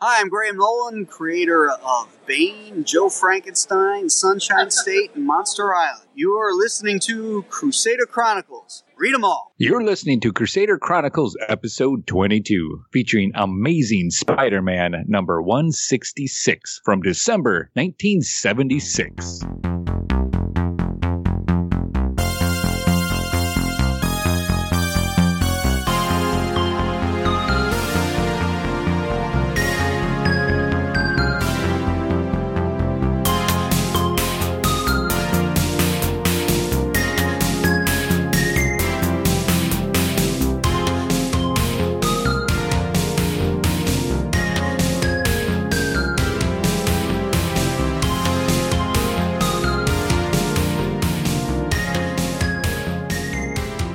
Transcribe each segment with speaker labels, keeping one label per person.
Speaker 1: Hi, I'm Graham Nolan, creator of Bane, Joe Frankenstein, Sunshine State, and Monster Island. You are listening to Crusader Chronicles. Read them all.
Speaker 2: You're listening to Crusader Chronicles episode 22, featuring Amazing Spider Man number 166 from December 1976.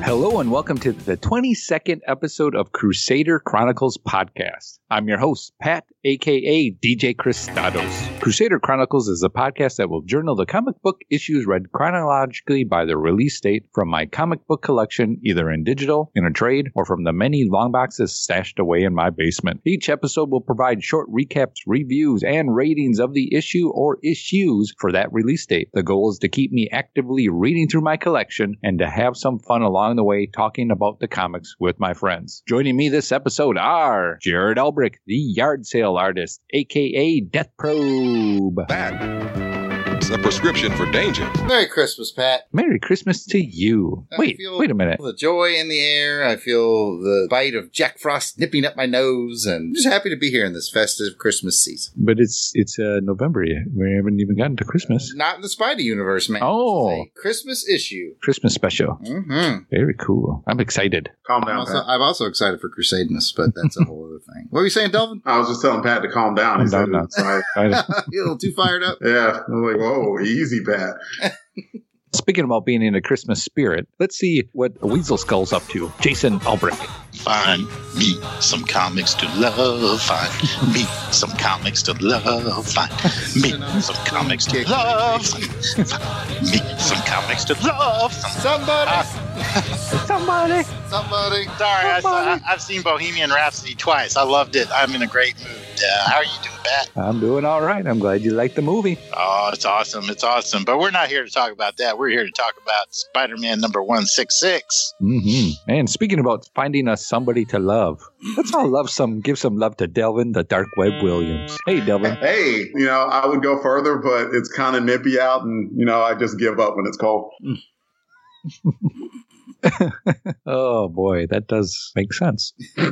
Speaker 2: Hello, and welcome to the 22nd episode of Crusader Chronicles podcast. I'm your host, Pat, aka DJ Christados. Crusader Chronicles is a podcast that will journal the comic book issues read chronologically by their release date from my comic book collection, either in digital, in a trade, or from the many long boxes stashed away in my basement. Each episode will provide short recaps, reviews, and ratings of the issue or issues for that release date. The goal is to keep me actively reading through my collection and to have some fun along the way talking about the comics with my friends. Joining me this episode are Jared Elbrick, the yard sale artist, aka Death Probe.
Speaker 3: That is a prescription for danger.
Speaker 4: Merry Christmas, Pat.
Speaker 2: Merry Christmas to you.
Speaker 4: I
Speaker 2: Wait,
Speaker 4: feel-
Speaker 2: wait a minute.
Speaker 4: The joy in the air. I feel the bite of Jack Frost nipping up my nose, and I'm just happy to be here in this festive Christmas season.
Speaker 2: But it's it's uh, November yet. We haven't even gotten to Christmas.
Speaker 4: Not in the Spidey universe, man.
Speaker 2: Oh,
Speaker 4: It's a Christmas issue.
Speaker 2: Christmas special.
Speaker 4: Mm-hmm.
Speaker 2: Very cool. I'm excited.
Speaker 5: Calm
Speaker 4: I'm,
Speaker 5: down,
Speaker 4: also,
Speaker 5: Pat.
Speaker 4: I'm also excited for Crusadeness, but that's a whole other thing. What were you saying, Delvin?
Speaker 5: I was just telling Pat to calm down. He
Speaker 2: Calm
Speaker 5: said,
Speaker 2: down.
Speaker 5: it's like,
Speaker 2: I-
Speaker 4: you a little too fired up?
Speaker 5: yeah. I was like, whoa, easy, Pat.
Speaker 2: Speaking about being in a Christmas spirit, let's see what Weasel Skull's up to. Jason Albrecht.
Speaker 6: Find me some comics to love. Find me some comics to love. Find me some comics to love. Find me some comics to love.
Speaker 4: Somebody,
Speaker 2: Somebody.
Speaker 4: somebody.
Speaker 6: Sorry, I, I, I've seen Bohemian Rhapsody twice. I loved it. I'm in a great mood. Uh, how are you doing, Pat?
Speaker 2: I'm doing all right. I'm glad you liked the movie.
Speaker 6: Oh, it's awesome. It's awesome. But we're not here to talk about that. We're here to talk about Spider Man number 166.
Speaker 2: hmm And speaking about finding us somebody to love, let's all love some, give some love to Delvin the Dark Web Williams. Hey, Delvin.
Speaker 5: Hey, you know, I would go further, but it's kind of nippy out, and, you know, I just give up when it's cold.
Speaker 2: Oh boy, that does make sense.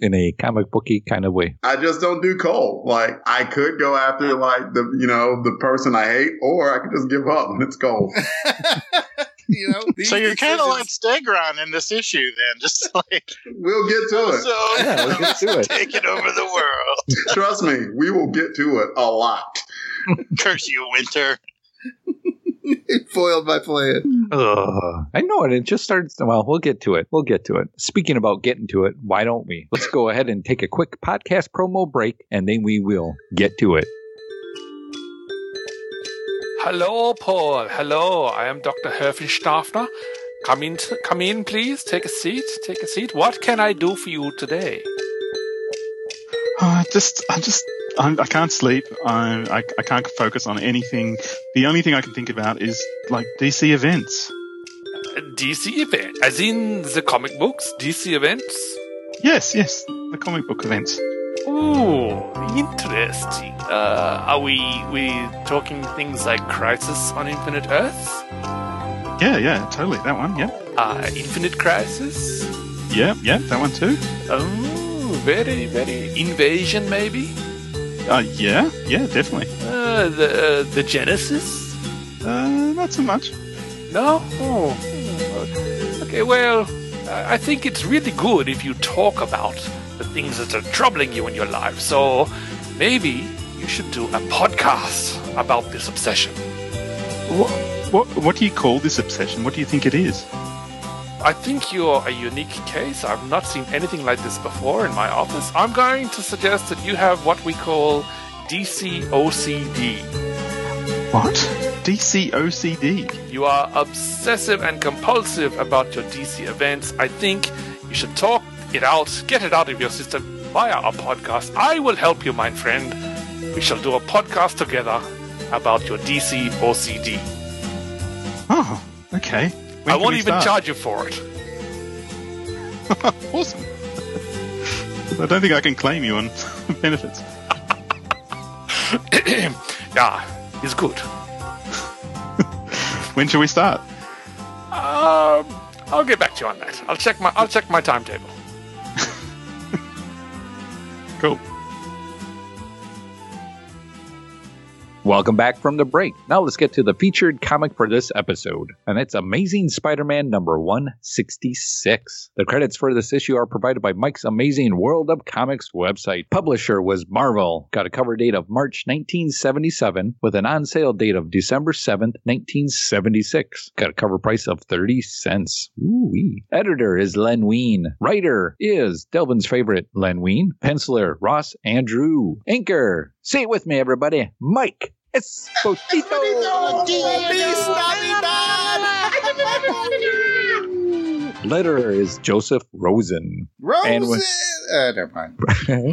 Speaker 2: In a comic booky kind of way.
Speaker 5: I just don't do cold. Like, I could go after, like, the, you know, the person I hate, or I could just give up when it's cold.
Speaker 4: you know, these
Speaker 6: So you're kind of like
Speaker 4: decisions-
Speaker 6: Stegron in this issue, then. Just like,
Speaker 5: we'll get to it.
Speaker 6: so
Speaker 2: Yeah, let's get to it.
Speaker 6: taking over the world.
Speaker 5: Trust me, we will get to it a lot.
Speaker 6: Curse you, winter.
Speaker 4: it foiled my plan.
Speaker 2: Ugh. I know it. It just starts. Well, we'll get to it. We'll get to it. Speaking about getting to it, why don't we? Let's go ahead and take a quick podcast promo break, and then we will get to it.
Speaker 7: Hello, Paul. Hello. I am Dr. Herfy Stafner. Come in, come in, please. Take a seat. Take a seat. What can I do for you today?
Speaker 8: Oh, I just, I just, I'm, I can't sleep. I'm, I, I can't focus on anything. The only thing I can think about is like DC events.
Speaker 7: DC event, as in the comic books, DC events.
Speaker 8: Yes, yes, the comic book events.
Speaker 7: Ooh, interesting. Uh, are we we talking things like Crisis on Infinite Earths?
Speaker 8: Yeah, yeah, totally. That one. Yeah,
Speaker 7: Uh, Infinite Crisis?
Speaker 8: yeah, yeah. That one too.
Speaker 7: Oh, very, very. Invasion, maybe?
Speaker 8: Uh, yeah, yeah, definitely.
Speaker 7: Uh, the uh, the Genesis?
Speaker 8: Uh, not so much.
Speaker 7: No? Oh. Okay, well, I I think it's really good if you talk about the things that are troubling you in your life. So maybe you should do a podcast about this obsession.
Speaker 8: What, what, what do you call this obsession? What do you think it is?
Speaker 7: I think you're a unique case. I've not seen anything like this before in my office. I'm going to suggest that you have what we call DCOCD.
Speaker 8: What? DC OCD.
Speaker 7: You are obsessive and compulsive about your DC events. I think you should talk it out, get it out of your system, via our podcast. I will help you, my friend. We shall do a podcast together about your DC OCD.
Speaker 8: Oh, okay. When
Speaker 7: I
Speaker 8: can
Speaker 7: won't
Speaker 8: we
Speaker 7: even
Speaker 8: start?
Speaker 7: charge you for it.
Speaker 8: awesome. I don't think I can claim you on benefits.
Speaker 7: yeah, it's good.
Speaker 8: When shall we start?
Speaker 7: Um, I'll get back to you on that. I'll check my I'll check my timetable.
Speaker 8: Cool.
Speaker 2: Welcome back from the break. Now let's get to the featured comic for this episode, and it's Amazing Spider Man number 166. The credits for this issue are provided by Mike's Amazing World of Comics website. Publisher was Marvel. Got a cover date of March 1977 with an on sale date of December 7th, 1976. Got a cover price of 30 cents. Ooh-wee. Editor is Len Wein. Writer is Delvin's favorite, Len Wein. Penciler, Ross Andrew. Inker, say it with me, everybody, Mike Esposito. Letterer is Joseph Rosen.
Speaker 4: Rose.
Speaker 2: And with-
Speaker 4: uh, never mind.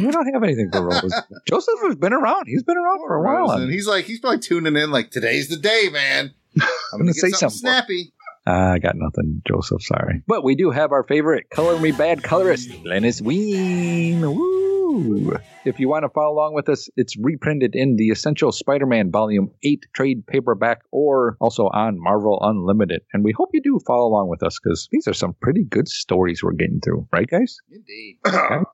Speaker 2: we don't have anything for Rosen. Joseph has been around. He's been around for a while.
Speaker 4: And he's like, he's probably tuning in. Like today's the day, man. I'm
Speaker 2: gonna
Speaker 4: gonna
Speaker 2: say
Speaker 4: say something
Speaker 2: something.
Speaker 4: snappy.
Speaker 2: Ah, I got nothing, Joseph. Sorry. But we do have our favorite color me bad colorist, Lennis Ween. Woo! If you want to follow along with us, it's reprinted in the Essential Spider-Man Volume 8 trade paperback or also on Marvel Unlimited. And we hope you do follow along with us because these are some pretty good stories we're getting through. Right, guys?
Speaker 4: Indeed.
Speaker 5: Oh,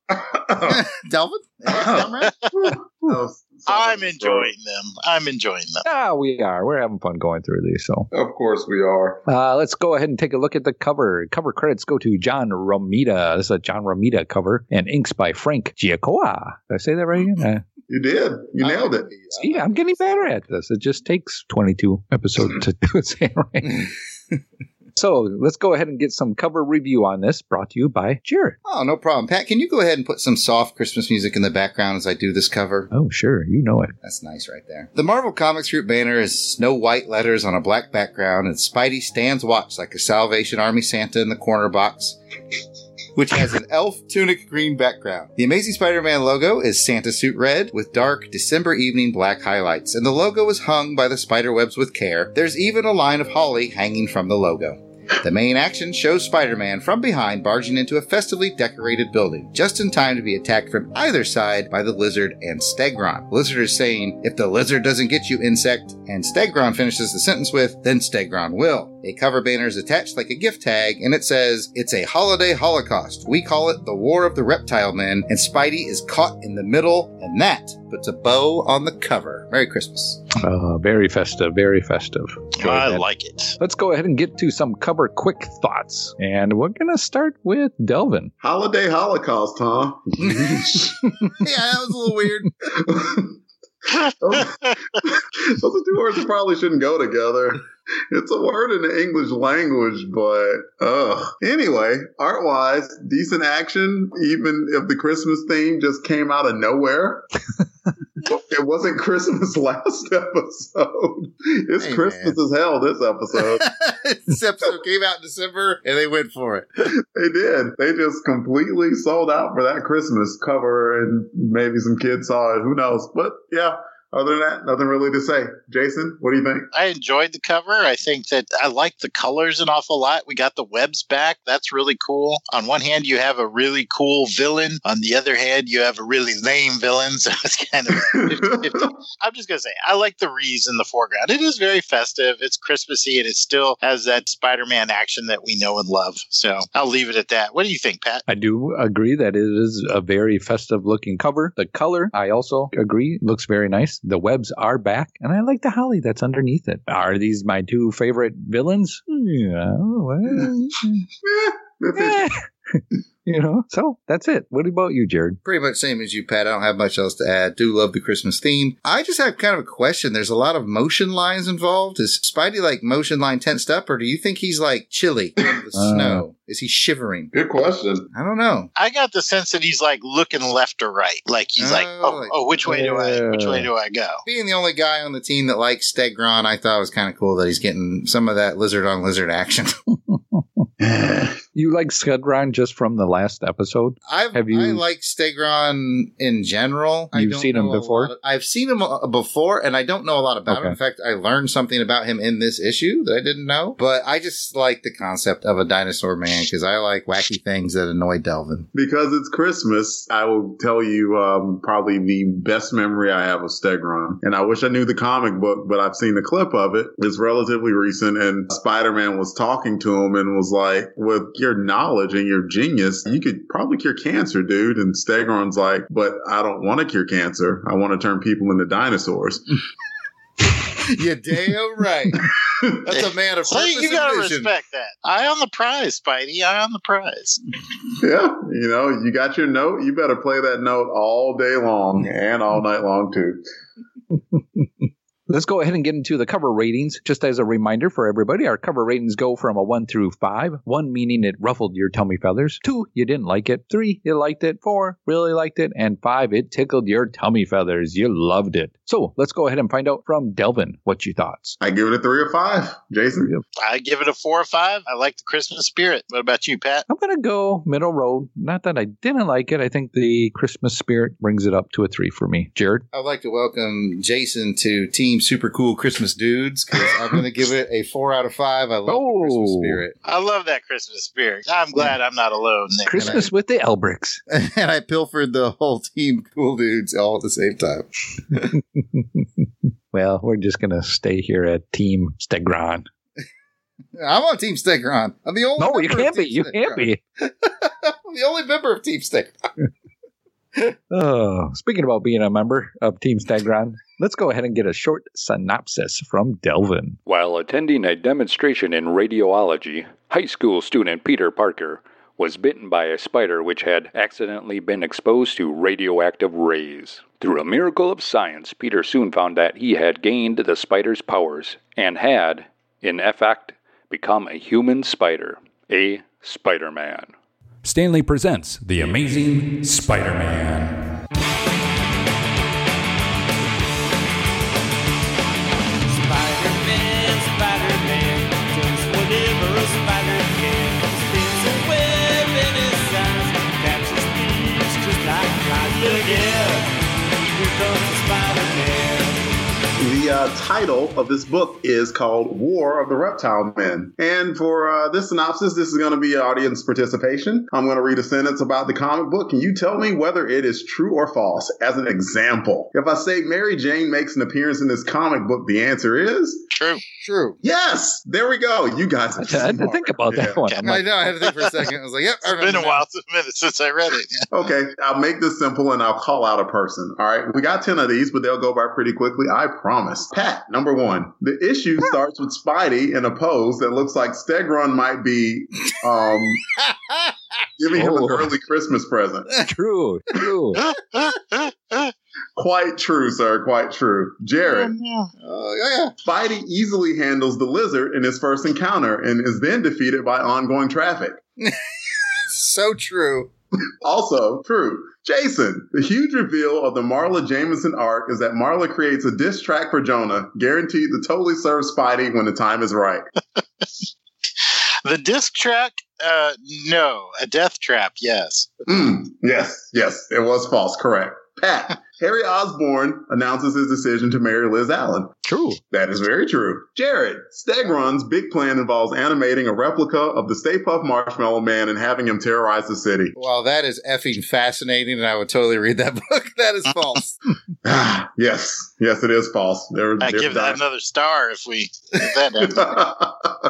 Speaker 4: Delvin, comrade?
Speaker 5: so
Speaker 6: I'm
Speaker 5: sorry.
Speaker 6: enjoying them. I'm enjoying them.
Speaker 2: Ah, we are. We're having fun going through these, so.
Speaker 5: Of course we are.
Speaker 2: Uh, let's go ahead and take a look at the cover. Cover credits go to John Romita. This is a John Romita cover, and inks by Frank Giacoa. Did I say that right again? Uh,
Speaker 5: You did. You nailed it.
Speaker 2: see, I'm getting better at this. It just takes 22 episodes to do it right. so let's go ahead and get some cover review on this, brought to you by Jared.
Speaker 4: Oh, no problem. Pat, can you go ahead and put some soft Christmas music in the background as I do this cover?
Speaker 2: Oh, sure, you know it.
Speaker 4: That's nice right there. The Marvel Comics Group banner is snow white letters on a black background, and Spidey stands watch like a Salvation Army Santa in the corner box, which has an elf tunic green background. The Amazing Spider Man logo is Santa suit red with dark December evening black highlights, and the logo is hung by the spider webs with care. There's even a line of holly hanging from the logo. The main action shows Spider Man from behind barging into a festively decorated building, just in time to be attacked from either side by the lizard and Stegron. Lizard is saying, If the lizard doesn't get you, insect, and Stegron finishes the sentence with, Then Stegron will. A cover banner is attached like a gift tag, and it says, It's a holiday holocaust. We call it the War of the Reptile Men, and Spidey is caught in the middle, and that puts a bow on the cover. Merry Christmas.
Speaker 2: Uh, very festive, very festive.
Speaker 6: I
Speaker 2: that.
Speaker 6: like it.
Speaker 2: Let's go ahead and get to some cover quick thoughts. And we're going to start with Delvin.
Speaker 5: Holiday Holocaust, huh?
Speaker 4: Yeah, that was a little weird.
Speaker 5: Those are two words that probably shouldn't go together. It's a word in the English language, but ugh. Anyway, art wise, decent action, even if the Christmas theme just came out of nowhere. it wasn't Christmas last episode. It's
Speaker 4: Hey,
Speaker 5: Christmas as hell this episode.
Speaker 4: this episode came out in December, and they went for it.
Speaker 5: They did. They just completely sold out for that Christmas cover, and maybe some kids saw it. Who knows? But yeah, other than that, nothing really to say. Jason, what do you think?
Speaker 6: I enjoyed the cover. I think that I like the colors an awful lot. We got the webs back. That's really cool. On one hand, you have a really cool villain. On the other hand, you have a really lame villain. So it's kind of 50-50. I'm just gonna say I like the wreaths in the foreground. It is very festive. It's Christmassy, and it still has that Spider-Man action that we know and love. So I'll leave it at that. What do you think, Pat?
Speaker 2: I do agree that it is a very festive looking cover. The color, I also agree, looks very nice. The webs are back, and I like the holly that's underneath it. Are these my two favorite villains? Yeah, well, eh. you know, so that's it. What about you, Jared?
Speaker 4: Pretty much same as you, Pat. I don't have much else to add. Do love the Christmas theme. I just have kind of a question. There's a lot of motion lines involved. Is Spidey like motion line tensed up, or do you think he's like chilly in the
Speaker 2: Uh.
Speaker 4: snow? Is he shivering?
Speaker 5: Good question.
Speaker 4: I don't know.
Speaker 6: I got the sense that he's like looking left or right. Like he's like,
Speaker 4: Oh,
Speaker 6: oh,
Speaker 4: like-
Speaker 6: oh, which way do I? Which way do I go?
Speaker 4: Being the only guy on the team that likes Stegron, I thought it was kind of cool that he's getting some of that lizard on lizard action.
Speaker 5: yeah,
Speaker 2: You like Skedron just from the last episode?
Speaker 4: I've,
Speaker 2: Have you-
Speaker 4: I like Stegron in general. I
Speaker 2: You've
Speaker 4: don't
Speaker 2: seen him
Speaker 4: know a
Speaker 2: before?
Speaker 4: lot- I've seen him uh, before, and I don't know a lot about him.
Speaker 2: Okay.
Speaker 4: In fact, I learned something about him in this issue that I didn't know. But I just like the concept of a dinosaur man because I like wacky things that annoy Delvin.
Speaker 5: Because it's Christmas, I will tell you um, probably the best memory I have of Stegron. And I wish I knew the comic book, but I've seen the clip of it. It's relatively recent, and Spider Man was talking to him and was like, With your knowledge and your genius, you could probably cure cancer, dude. And Stegron's like, But I don't want to cure cancer. I want to turn people into dinosaurs.
Speaker 4: you damn right. That's a man of
Speaker 6: So
Speaker 4: purpose
Speaker 6: you gotta
Speaker 4: and vision.
Speaker 6: respect that. Eye on the prize, Spidey. Eye on the prize.
Speaker 5: yeah, you know, you got your note. You better play that note all day long and all night long, too.
Speaker 2: Let's go ahead and get into the cover ratings. Just as a reminder for everybody, our cover ratings go from a 1 through 5. 1 meaning it ruffled your tummy feathers. 2, you didn't like it. 3, you liked it. 4, really liked it. And 5, it tickled your tummy feathers. You loved it. So let's go ahead and find out from Delvin what you thoughts.
Speaker 5: I give it a three or five, Jason.
Speaker 6: I give it a four or five. I like the Christmas spirit. What about you, Pat?
Speaker 2: I'm going to go middle road. Not that I didn't like it. I think the Christmas spirit brings it up to a 3 for me. Jared?
Speaker 4: I'd like to welcome Jason to Team Super Cool Christmas Dudes because I'm going to give it a four out of five. I love the Christmas
Speaker 2: Oh.
Speaker 4: spirit,
Speaker 6: I love that Christmas spirit. I'm glad I'm not alone there.
Speaker 2: Christmas with the Elbricks.
Speaker 4: and I pilfered the whole team cool dudes all at the same time.
Speaker 2: well, we're just going to stay here at Team Stegron.
Speaker 4: I'm on Team Stegron. I'm the only.
Speaker 2: No,
Speaker 4: member
Speaker 2: you
Speaker 4: of
Speaker 2: can't be.
Speaker 4: Team
Speaker 2: You
Speaker 4: Stegron.
Speaker 2: can't be.
Speaker 4: I'm the only member of Team Stegron.
Speaker 2: Oh, speaking about being a member of Team Stegron, let's go ahead and get a short synopsis from Delvin.
Speaker 9: While attending a demonstration in radiology, high school student Peter Parker was bitten by a spider which had accidentally been exposed to radioactive rays. Through a miracle of science, Peter soon found that he had gained the spider's powers and had, in effect, become a human spider, a Spider Man. Stanley presents The Amazing Spider Man.
Speaker 10: Spider-Man, Spider-Man, does whatever a spider can. Spins a web in his eyes, catches thieves just like flies. Look out, here comes the Spider-Man.
Speaker 5: The uh, title of this book is called War of the Reptile Men. And for uh, this synopsis, this is going to be audience participation. I'm going to read a sentence about the comic book, and you tell me whether it is true or false as an example. If I say Mary Jane makes an appearance in this comic book, the answer is
Speaker 6: True.
Speaker 4: True.
Speaker 5: yes. There we go. You guys
Speaker 2: I
Speaker 5: are
Speaker 2: had to
Speaker 5: smart.
Speaker 2: think about that
Speaker 5: Yeah.
Speaker 2: one. I'm
Speaker 4: I
Speaker 2: like,
Speaker 4: know. I had to think for a second. I was like, "Yep." I
Speaker 6: It's been a
Speaker 4: remember
Speaker 6: while since- minute since I read it.
Speaker 5: Okay, I'll make this simple and I'll call out a person. All right, we got 10 of these, but they'll go by pretty quickly. I promise. Pat, number one. The issue starts with Spidey in a pose that looks like Stegron might be um, giving him
Speaker 2: Oh.
Speaker 5: an early Christmas present.
Speaker 2: true, true.
Speaker 5: Quite true, sir. Quite true. Jared,
Speaker 4: now. Oh yeah.
Speaker 5: Spidey easily handles the lizard in his first encounter and is then defeated by ongoing traffic.
Speaker 4: So true.
Speaker 5: Also true. Jason, the huge reveal of the Marla Jameson arc is that Marla creates a diss track for Jonah, guaranteed to totally serve Spidey when the time is right.
Speaker 6: The disc track? Uh, no. A death trap? Yes.
Speaker 5: Mm, yes, yes, it was false. Correct. Pat, Harry Osborne announces his decision to marry Liz Allen.
Speaker 2: True.
Speaker 5: That is very true. Jared, Stegron's big plan involves animating a replica of the Stay Puft Marshmallow Man and having him terrorize the city.
Speaker 4: Well, that is effing fascinating, and I would totally read that book. That is false.
Speaker 5: Ah, yes, yes, it is false. There,
Speaker 6: I
Speaker 5: there-
Speaker 6: give that another star if we. If that happens.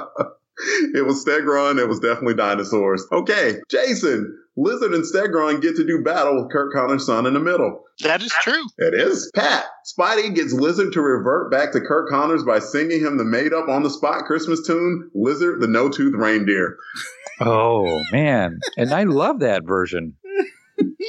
Speaker 5: it was Stegron. It was definitely dinosaurs. Okay, Jason, Lizard and Stegron get to do battle with Kurt Connor's son in the middle.
Speaker 6: that is true.
Speaker 5: It is Pat. Spidey gets Lizard to revert back to Kurt Connors by singing him the made up on the spot Christmas tune, Lizard the No Tooth Reindeer.
Speaker 2: Oh, man. And I love that version.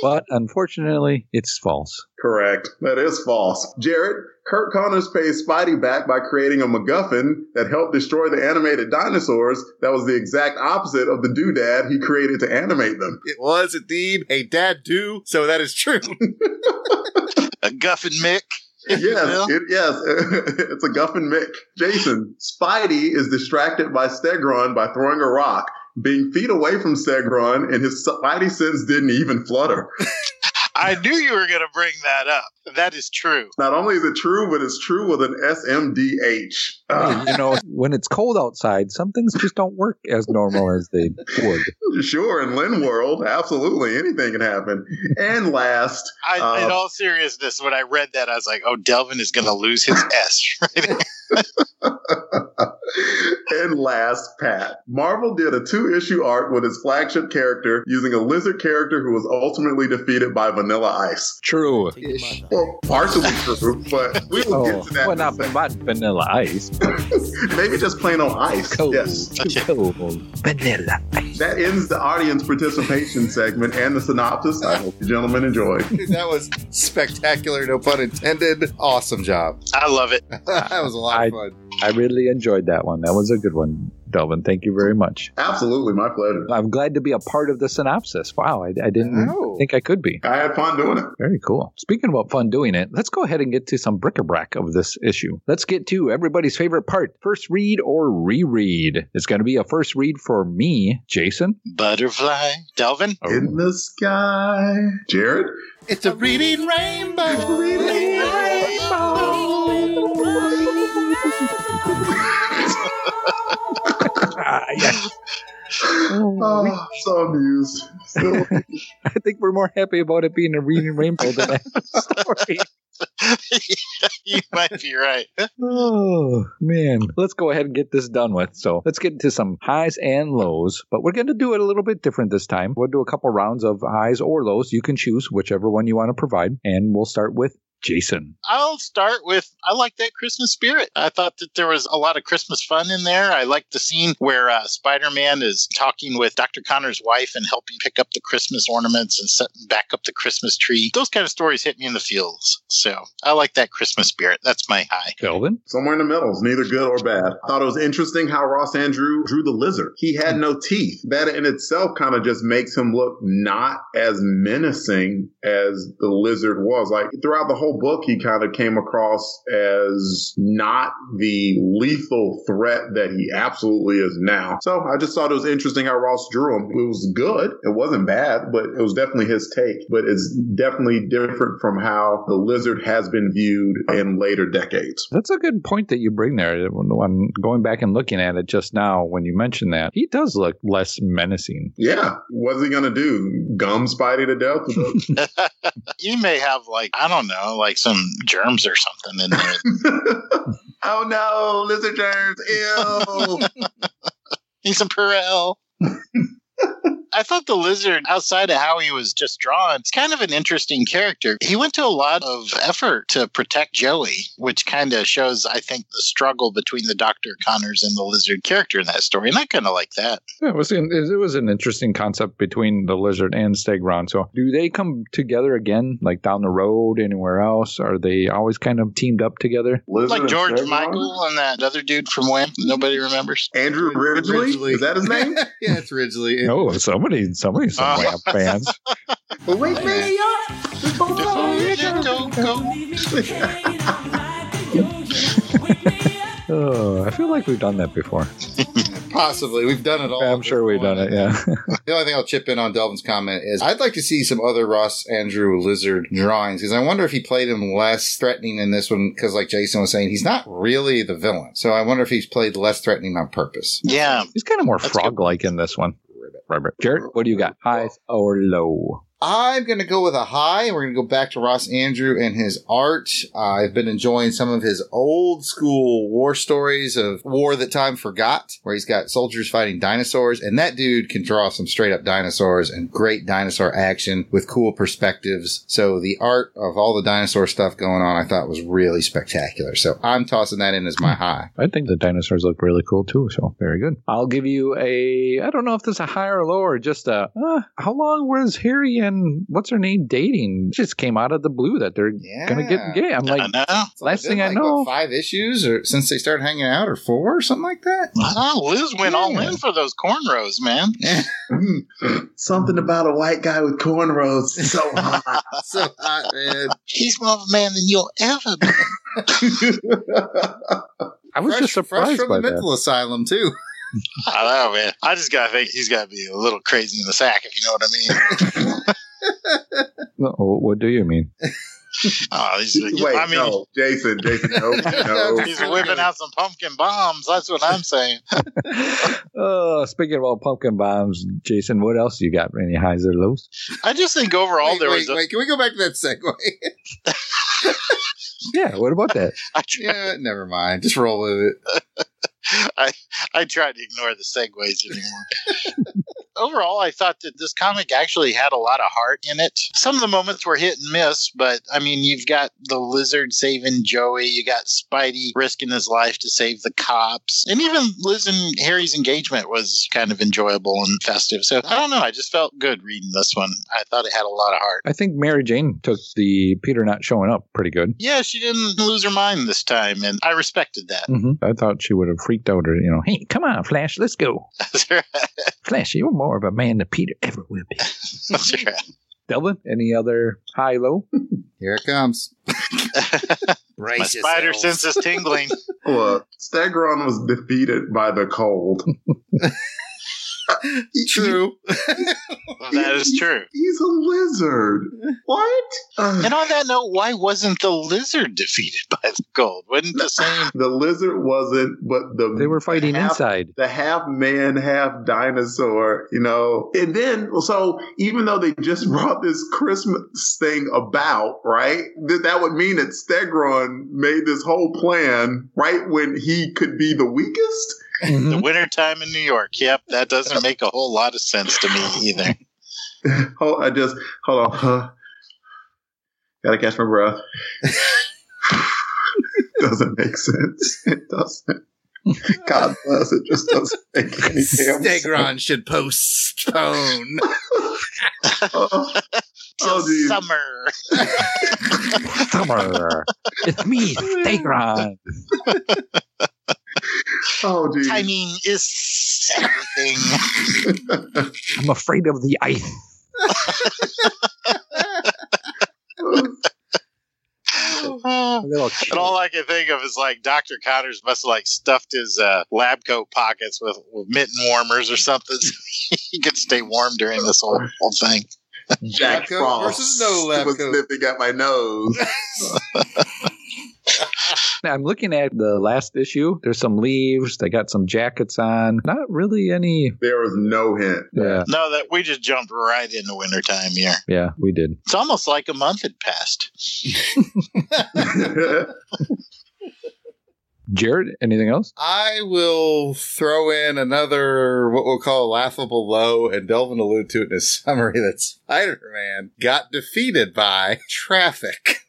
Speaker 2: But unfortunately, it's false.
Speaker 5: Correct. That is false. Jared, Kurt Connors pays Spidey back by creating a MacGuffin that helped destroy the animated dinosaurs that was the exact opposite of the doodad he created to animate them.
Speaker 4: it was indeed a dad do. So that is true.
Speaker 6: A Guffin Mick. if you
Speaker 5: yes,
Speaker 6: will.
Speaker 5: it, yes, it's a guffin Mick. Jason, Spidey is distracted by Stegron by throwing a rock. being feet away from Segron, and his spidey sense didn't even flutter.
Speaker 6: I knew you were going to bring that up. That is true.
Speaker 5: Not only is it true, but it's true with an SMDH. Uh,
Speaker 2: you know, when it's cold outside, some things just don't work as normal as they would.
Speaker 5: sure, in Lin World, absolutely anything can happen. And last,
Speaker 6: I,
Speaker 5: Uh,
Speaker 6: in all seriousness, when I read that, I was like, "Oh, Delvin is going to lose his S." Right?
Speaker 5: and last, Pat. Marvel did a two issue arc with his flagship character using a lizard character who was ultimately defeated by Vanilla Ice.
Speaker 2: True.
Speaker 5: Well, partially true, but we will
Speaker 2: Oh,
Speaker 5: get to that.
Speaker 2: well,
Speaker 5: in a
Speaker 2: not,
Speaker 5: second.
Speaker 2: not vanilla ice.
Speaker 5: Maybe just plain on ice.
Speaker 2: Cold.
Speaker 5: Yes.
Speaker 2: Cold. Vanilla ice.
Speaker 5: That ends the audience participation segment and the synopsis. I hope you gentlemen enjoyed.
Speaker 4: Dude, that was spectacular, no pun intended. Awesome job.
Speaker 6: I love it.
Speaker 4: that was a lot
Speaker 2: I-
Speaker 4: of fun.
Speaker 2: I really enjoyed that one. That was a good one, Delvin. Thank you very much.
Speaker 5: Absolutely, my pleasure.
Speaker 2: I'm glad to be a part of the synopsis. Wow, I, I didn't
Speaker 4: Oh.
Speaker 2: think I could be.
Speaker 5: I had fun doing it.
Speaker 2: Very cool. Speaking about fun doing it, let's go ahead and get to some bric-a-brac of this issue. Let's get to everybody's favorite part, first read or reread. It's going to be a first read for me, Jason.
Speaker 6: Butterfly, Delvin.
Speaker 2: Oh.
Speaker 5: In the sky. Jared?
Speaker 4: It's a reading rainbow. Reading
Speaker 2: Ah, yes.
Speaker 5: Oh, so amused. So-
Speaker 2: I think we're more happy about it being a reading rainbow than a story.
Speaker 6: you might be right.
Speaker 2: Oh man, let's go ahead and get this done with. So let's get into some highs and lows, but we're going to do it a little bit different this time. We'll do a couple rounds of highs or lows. You can choose whichever one you want to provide, and we'll start with Jason.
Speaker 6: I'll start with I like that Christmas spirit. I thought that there was a lot of Christmas fun in there. I like the scene where uh, Spider Man is talking with Dr. Connor's wife and helping pick up the Christmas ornaments and setting back up the Christmas tree. Those kind of stories hit me in the feels. So I like that Christmas spirit. That's my high.
Speaker 2: Kelvin.
Speaker 5: Somewhere in the middle, It's neither good or bad. Thought it was interesting how Ross Andrew drew the lizard. He had no teeth. That in itself kind of just makes him look not as menacing as the lizard was. Like throughout the whole book, he kind of came across as not the lethal threat that he absolutely is now. So I just thought it was interesting how Ross drew him. It was good. It wasn't bad, but it was definitely his take. But it's definitely different from how the lizard has been viewed in later decades.
Speaker 2: That's a good point that you bring there. When going back and looking at it just now, when you mentioned that, he does look less menacing.
Speaker 5: Yeah. What's he going to do? Gum Spidey to death? with us?
Speaker 6: You may have, like, I don't know, like some germs or something in there.
Speaker 5: oh no, lizard germs. Ew.
Speaker 6: Need some Purell. I thought the lizard, outside of how he was just drawn, it's kind of an interesting character. He went to a lot of effort to protect Joey, which kind of shows, I think, the struggle between the Dr. Connors and the lizard character in that story. And I kind of like that.
Speaker 2: Yeah, it was an, it was an interesting concept between the lizard and Stegron. So, do they come together again, like down the road, anywhere else? Are they always kind of teamed up together?
Speaker 5: Lizard
Speaker 6: Like
Speaker 5: and
Speaker 6: George
Speaker 5: Stegron?
Speaker 6: Michael and that other dude from when nobody remembers.
Speaker 5: Andrew Ridgely? Is that his name?
Speaker 4: yeah, it's Ridgely.
Speaker 2: Oh, somebody, somebody, some
Speaker 6: Uh.
Speaker 2: WAP fans.
Speaker 5: Wake me up.
Speaker 2: Oh, I feel like we've done that before.
Speaker 4: Possibly. We've done it all.
Speaker 2: I'm sure we've done it. Yeah.
Speaker 4: The only thing I'll chip in on Delvin's comment is I'd like to see some other Ross Andrew Lizard drawings because I wonder if he played him less threatening in this one because, like Jason was saying, he's not really the villain. So I wonder if he's played less threatening on purpose.
Speaker 6: Yeah.
Speaker 2: He's kind of more
Speaker 6: That's good.
Speaker 2: frog-like in this one. Robert, Jarrett, what do you got? High or low?
Speaker 4: I'm going to go with a high. We're going to go back to Ross Andrew and his art. Uh, I've been enjoying some of his old school war stories of war that time forgot, where he's got soldiers fighting dinosaurs. And that dude can draw some straight up dinosaurs and great dinosaur action with cool perspectives. So the art of all the dinosaur stuff going on, I thought was really spectacular. So I'm tossing that in as my high.
Speaker 2: I think the dinosaurs look really cool too. So very good. I'll give you a. I don't know if this is a high or low or just a. Uh, how long was Harry and what's her name dating? It just came out of the blue that they're
Speaker 4: Yeah.
Speaker 2: gonna get gay. I'm
Speaker 6: I
Speaker 2: like,
Speaker 6: know.
Speaker 4: So they've
Speaker 2: Last
Speaker 4: been,
Speaker 2: thing I
Speaker 4: like, what,
Speaker 2: know-
Speaker 4: five issues or since they started hanging out or four or something like that.
Speaker 6: Ah, Liz went all
Speaker 4: Yeah.
Speaker 6: in for those cornrows, man.
Speaker 5: Something about a white guy with cornrows. So hot.
Speaker 4: so hot, man.
Speaker 6: He's more of a man than you'll ever be.
Speaker 2: I was just
Speaker 4: fresh
Speaker 2: surprised
Speaker 4: from
Speaker 2: by
Speaker 4: the
Speaker 2: that.
Speaker 4: mental asylum too.
Speaker 6: I don't know, man. I just gotta think he's gotta be a little crazy in the sack, if you know what I mean.
Speaker 2: Well, what do you mean?
Speaker 6: Oh, he's,
Speaker 5: Wait,
Speaker 6: I mean,
Speaker 5: no, Jason, Jason, no, no.
Speaker 6: he's whipping out some pumpkin bombs. That's what I'm saying.
Speaker 2: Uh, speaking of all pumpkin bombs, Jason, what else you got? Any highs or lows?
Speaker 6: I just think overall
Speaker 4: wait,
Speaker 6: there
Speaker 4: wait,
Speaker 6: was. A,
Speaker 4: wait, can we go back to that segue?
Speaker 2: Yeah, what about that?
Speaker 6: I, tried,
Speaker 4: yeah, never mind. Just roll with it.
Speaker 6: I I tried to ignore the segues anymore. overall, I thought that this comic actually had a lot of heart in it. Some of the moments were hit and miss, but I mean, you've got the lizard saving Joey, you got Spidey risking his life to save the cops, and even Liz and Harry's engagement was kind of enjoyable and festive. So I don't know. I just felt good reading this one. I thought it had a lot of heart.
Speaker 2: I think Mary Jane took the Peter not showing up pretty good.
Speaker 6: Yeah, she didn't lose her mind this time, and I respected that.
Speaker 2: hmm I thought she would have freaked out or, you know, hey, come on, Flash, let's go.
Speaker 6: That's right.
Speaker 2: Flash, you're more of a man than Peter ever will be.
Speaker 6: That's right.
Speaker 2: Delvin, any other high low?
Speaker 4: Here it comes. Brace
Speaker 6: My spider
Speaker 4: yourselves.
Speaker 6: sense is tingling.
Speaker 5: Look, Stegron was defeated by the cold.
Speaker 4: True.
Speaker 6: that is true.
Speaker 5: He's a lizard. What? Ugh.
Speaker 6: And on that note, why wasn't the lizard defeated by the gold? Wasn't the same?
Speaker 5: the lizard wasn't, but the
Speaker 2: They were fighting
Speaker 5: half,
Speaker 2: inside.
Speaker 5: The half man, half dinosaur, you know. And then, so even though they just brought this Christmas thing about, right? That that would mean that Stegron made this whole plan right when he could be the weakest. Mm-hmm.
Speaker 6: The wintertime in New York. Yep, that doesn't make a whole lot of sense to me either.
Speaker 5: Oh, I just hold on. Huh. Gotta catch my breath. doesn't make sense. It doesn't. God bless. It just doesn't make any damn sense.
Speaker 4: Stegron should postpone.
Speaker 5: Oh,
Speaker 6: Till
Speaker 5: Oh, dude.
Speaker 6: summer.
Speaker 2: Summer. it's me, Stegron.
Speaker 5: oh, geez.
Speaker 6: Timing is everything.
Speaker 2: I'm afraid of the ice. A
Speaker 6: and
Speaker 2: little
Speaker 6: all I can think of is like Dr. Connors must have like stuffed his uh, lab coat pockets with, with mitten warmers or something so he could stay warm during this whole, whole thing.
Speaker 4: Lab
Speaker 5: Jack
Speaker 4: coat
Speaker 5: Frost
Speaker 4: versus no lab
Speaker 5: was
Speaker 4: coat.
Speaker 5: sniffing at my nose.
Speaker 2: I'm looking at the last issue. There's some leaves. They got some jackets on. Not really any.
Speaker 5: There was no hint.
Speaker 2: Yeah,
Speaker 6: No, that we just jumped right into wintertime here.
Speaker 2: yeah, we did.
Speaker 6: It's almost like a month had passed.
Speaker 2: Jared, anything else?
Speaker 4: I will throw in another what we'll call laughable low, and Delvin alluded to it in his summary that Spider Man got defeated by traffic.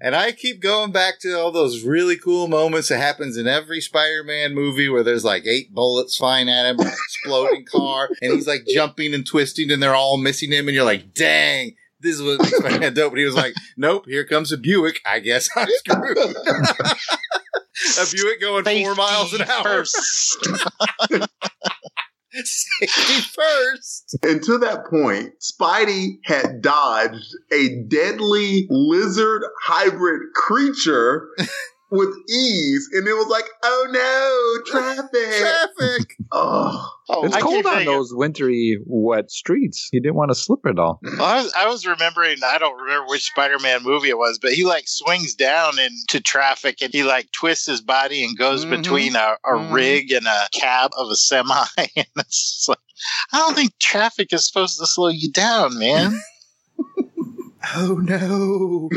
Speaker 4: and I keep going back to all those really cool moments that happens in every Spider Man movie where there's like eight bullets flying at him, an exploding car, and he's like jumping and twisting, and they're all missing him, and you're like, dang. This is what makes Spider-Man dope. But he was like, nope, here comes a Buick. I guess I'm screwed. A Buick going four miles an hour.
Speaker 6: First.
Speaker 4: Safety first.
Speaker 5: And to that point, Spidey had dodged a deadly lizard hybrid creature with ease, and it was like, oh no, traffic.
Speaker 4: Traffic.
Speaker 5: oh.
Speaker 6: Oh,
Speaker 2: It's
Speaker 6: I
Speaker 2: cold
Speaker 6: keep
Speaker 2: on
Speaker 6: thinking-
Speaker 2: those wintry, wet streets. He didn't want to slip at all.
Speaker 6: Well, I, was, I was remembering, I don't remember which Spider Man movie it was, but he like swings down into traffic and he like twists his body and goes
Speaker 4: Mhm.
Speaker 6: between a, a
Speaker 4: Mhm.
Speaker 6: rig and a cab of a semi. and it's just like, I don't think traffic is supposed to slow you down, man.
Speaker 4: Oh no.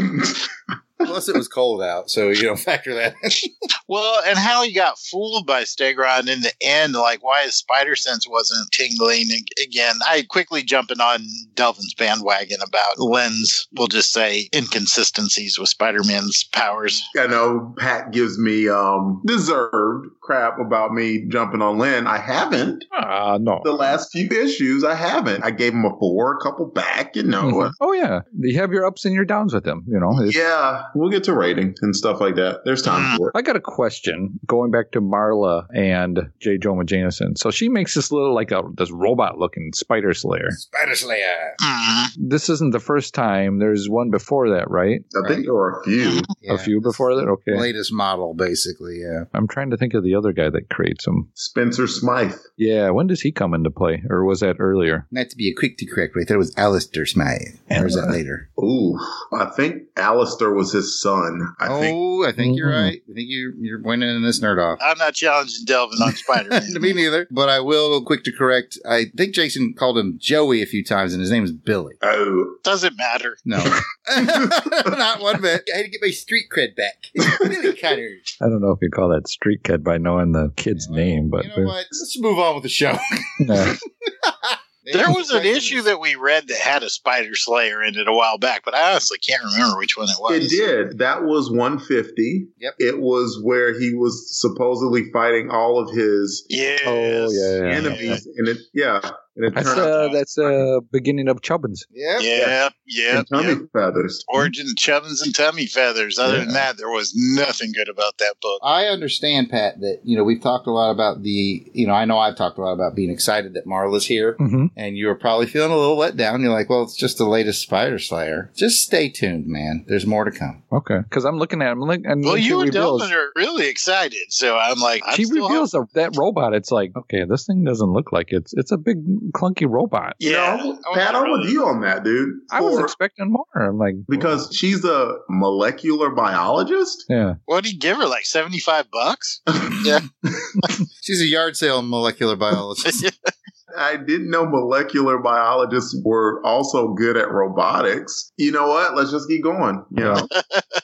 Speaker 4: Plus, it was cold out, so you don't factor that. in.
Speaker 6: well, and how he got fooled by Stegron in the end, like why his spider sense wasn't tingling ag- again. I quickly jumping on Delvin's bandwagon about Len's, we'll just say, inconsistencies with Spider Man's powers.
Speaker 5: I know Pat gives me um, deserved crap about me jumping on Lynn. I haven't.
Speaker 2: Ah, no.
Speaker 5: The last few issues, I haven't. I gave him a four, a couple back, you know.
Speaker 6: uh,
Speaker 2: Mhm. Oh yeah, you have your ups and your downs with him. You know. It's-
Speaker 5: Yeah, we'll get to rating and stuff like that. There's time for it.
Speaker 2: I got a question going back to Marla and J. Joma Jameson. So she makes this little like a this robot looking spider slayer.
Speaker 4: Spider Slayer.
Speaker 6: Mm-hmm.
Speaker 2: This isn't the first time. There's one before that, right?
Speaker 5: I think there were a few.
Speaker 4: Yeah,
Speaker 2: a few before that. Okay.
Speaker 4: Latest model, basically. Yeah.
Speaker 2: I'm trying to think of the other guy that creates them.
Speaker 5: Spencer Smythe.
Speaker 2: Yeah, when does he come into play, or was that earlier?
Speaker 4: Not to be a quick to correct, right? That was Alistair Smythe. Or is that later?
Speaker 5: Ooh, I think Alistair was his son. I think
Speaker 4: oh, I think you're
Speaker 2: Mhm.
Speaker 4: right. I think you're you're winning in this nerd off.
Speaker 6: I'm not challenging Delvin on Spider
Speaker 4: Me
Speaker 6: Man.
Speaker 4: neither. But I will quick to correct. I think Jason called him Joey a few times, and his name is Billy.
Speaker 5: oh,
Speaker 6: Doesn't matter.
Speaker 4: No, not one bit. I had to get my street cred back. Billy Cutter.
Speaker 2: I don't know if you call that street kid by knowing the kid's name, but
Speaker 4: you know what? Let's move on with the show.
Speaker 2: No.
Speaker 6: There was an issue that we read that had a Spider Slayer in it a while back, but I honestly can't remember which one it was.
Speaker 5: it did. That was 150.
Speaker 4: Yep.
Speaker 5: It was where he was supposedly fighting all of his
Speaker 6: Yes.
Speaker 2: Oh, yeah, yeah,
Speaker 5: enemies, and it yeah, and it
Speaker 2: that's
Speaker 5: turned out
Speaker 2: uh, that's uh, beginning of Chubbins.
Speaker 4: Yeah.
Speaker 6: Yeah, yeah,
Speaker 5: and tummy
Speaker 6: yeah.
Speaker 5: feathers.
Speaker 6: Origin of Chubbins and Tummy Feathers. Other than that, there was nothing good about that book.
Speaker 4: I understand, Pat, that you know we've talked a lot about the. You know, I know I've talked a lot about being excited that Marla's here,
Speaker 2: Mm-hmm.
Speaker 4: and you were probably feeling a little let down. You're like, well, it's just the latest Spider Slayer. Just stay tuned, man. There's more to come.
Speaker 2: Okay, because I'm looking at him. Look, and
Speaker 6: Well,
Speaker 2: she
Speaker 6: you and
Speaker 2: reveals-
Speaker 6: Delvin are really excited, so I'm like, I'm
Speaker 2: she
Speaker 6: still
Speaker 2: reveals a, that robot. It's like, okay, this thing doesn't look like it's it's a big clunky robot.
Speaker 5: You
Speaker 6: Yeah.
Speaker 5: know,
Speaker 6: Oh,
Speaker 5: Pat, I'm
Speaker 6: really.
Speaker 5: with you on that, dude.
Speaker 2: I was
Speaker 5: For-
Speaker 2: expecting more. I'm like,
Speaker 5: because she's a molecular biologist.
Speaker 2: yeah,
Speaker 6: What did he give her? Like seventy five bucks?
Speaker 4: She's a yard sale molecular biologist.
Speaker 5: I didn't know molecular biologists were also good at robotics. You know what? Let's just keep going. You know,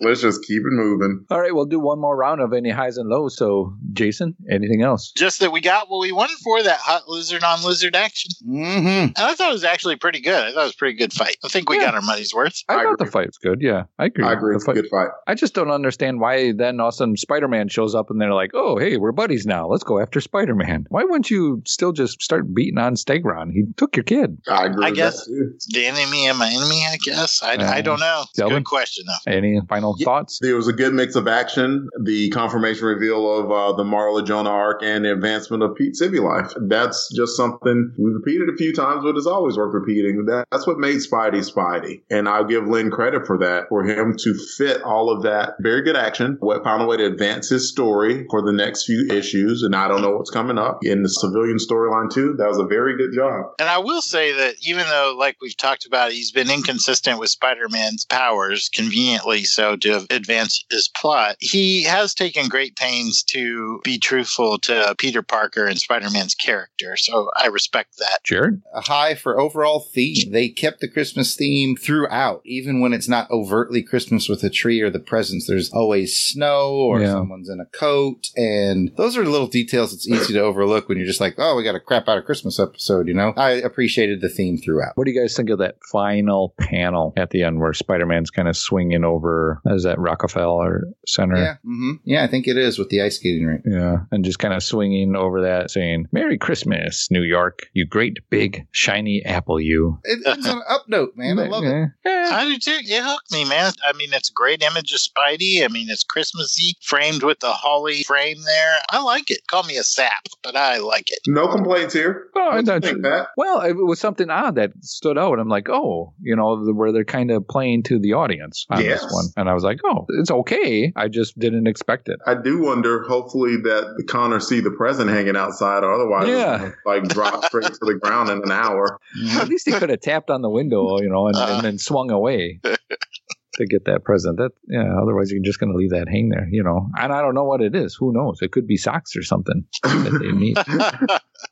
Speaker 5: let's just keep it moving.
Speaker 2: all right, we'll do one more round of any highs and lows. So, Jason, anything else?
Speaker 6: Just that we got what we wanted for that hot lizard on lizard action,
Speaker 4: hmm
Speaker 6: and I thought it was actually pretty good. I thought it was a pretty good fight. I think we
Speaker 2: Yeah.
Speaker 6: got our money's worth.
Speaker 2: I,
Speaker 5: I
Speaker 2: thought
Speaker 5: agree.
Speaker 2: the fight was good. Yeah, I agree.
Speaker 5: I agree.
Speaker 2: The
Speaker 5: It's a
Speaker 2: fight-
Speaker 5: good fight.
Speaker 2: I just don't understand why then all of a sudden Spider Man shows up and they're like, oh, hey, we're buddies now. Let's go after Spider Man. Why wouldn't you still just start beating on Stegron? He took your kid.
Speaker 5: I agree.
Speaker 6: I
Speaker 5: with
Speaker 6: guess-
Speaker 5: that, too.
Speaker 6: The enemy and my enemy, I guess. I,
Speaker 2: Uh,
Speaker 5: Um,
Speaker 6: I don't know. It's a
Speaker 2: Delvin?
Speaker 6: good question though.
Speaker 2: Any final
Speaker 5: Yeah.
Speaker 2: thoughts?
Speaker 5: There was a good mix of action, the confirmation reveal of uh, the Marla Jonah arc, and the advancement of Pete Civil life. That's just something we repeated a few times, but it's always worth repeating. That, that's what made Spidey Spidey. And I'll give Lynn credit for that, for him to fit all of that very good action, what found a way to advance his story for the next few issues. And I don't know what's coming up in the civilian storyline, too. That was a very good job.
Speaker 6: And I will say that even though, like we've talked about, he's been inconsistent with Spider Man's powers, conveniently so, to advance his plot, he has taken great pains to be truthful to Peter Parker and Spider Man's character. So I respect that.
Speaker 2: Jared?
Speaker 4: A high for overall theme. They kept the Christmas theme throughout, even when it's not overtly Christmas with a tree or the presents. There's always snow or
Speaker 2: Yeah.
Speaker 4: someone's in a coat. And those are little details it's easy to overlook when you're just like, oh, we got a crap out of Christmas episode, you know? I appreciated the theme throughout.
Speaker 2: What do you guys think of that final panel at the end where Spider Man's kind of swinging over, is that Rockefeller Center?
Speaker 4: Yeah. hmm Yeah, I think it is with the ice skating rink.
Speaker 2: Yeah, and just kind of swinging over that, saying, Merry Christmas, New York, you great big shiny apple, you. eh?
Speaker 4: It ends on an up note, man. I love it.
Speaker 2: Yeah.
Speaker 6: I do too. It hooked me, man. I mean, it's a great image of Spidey. I mean, it's Christmassy, framed with the holly frame there. I like it. Call me a sap, but I like it.
Speaker 5: No complaints here.
Speaker 2: Oh, I
Speaker 5: What do you
Speaker 2: thought
Speaker 5: think,
Speaker 2: you-
Speaker 5: Pat?
Speaker 2: Well, it was something odd that stood out. I'm like, oh, you know, the- where they're kind of playing to the audience on this
Speaker 5: Yes.
Speaker 2: one. And I was like, oh, it's okay. I just didn't expect it.
Speaker 5: I do wonder, hopefully, that the Connor see the present hanging outside, or otherwise,
Speaker 2: Yeah.
Speaker 5: it's gonna, like drop straight to the ground in an hour.
Speaker 2: At least he could have tapped on the window, you know, and, and then swung away to get that present. That yeah. Otherwise, you're just going to leave that hang there, you know. And I don't know what it is. Who knows? It could be socks or something that they need.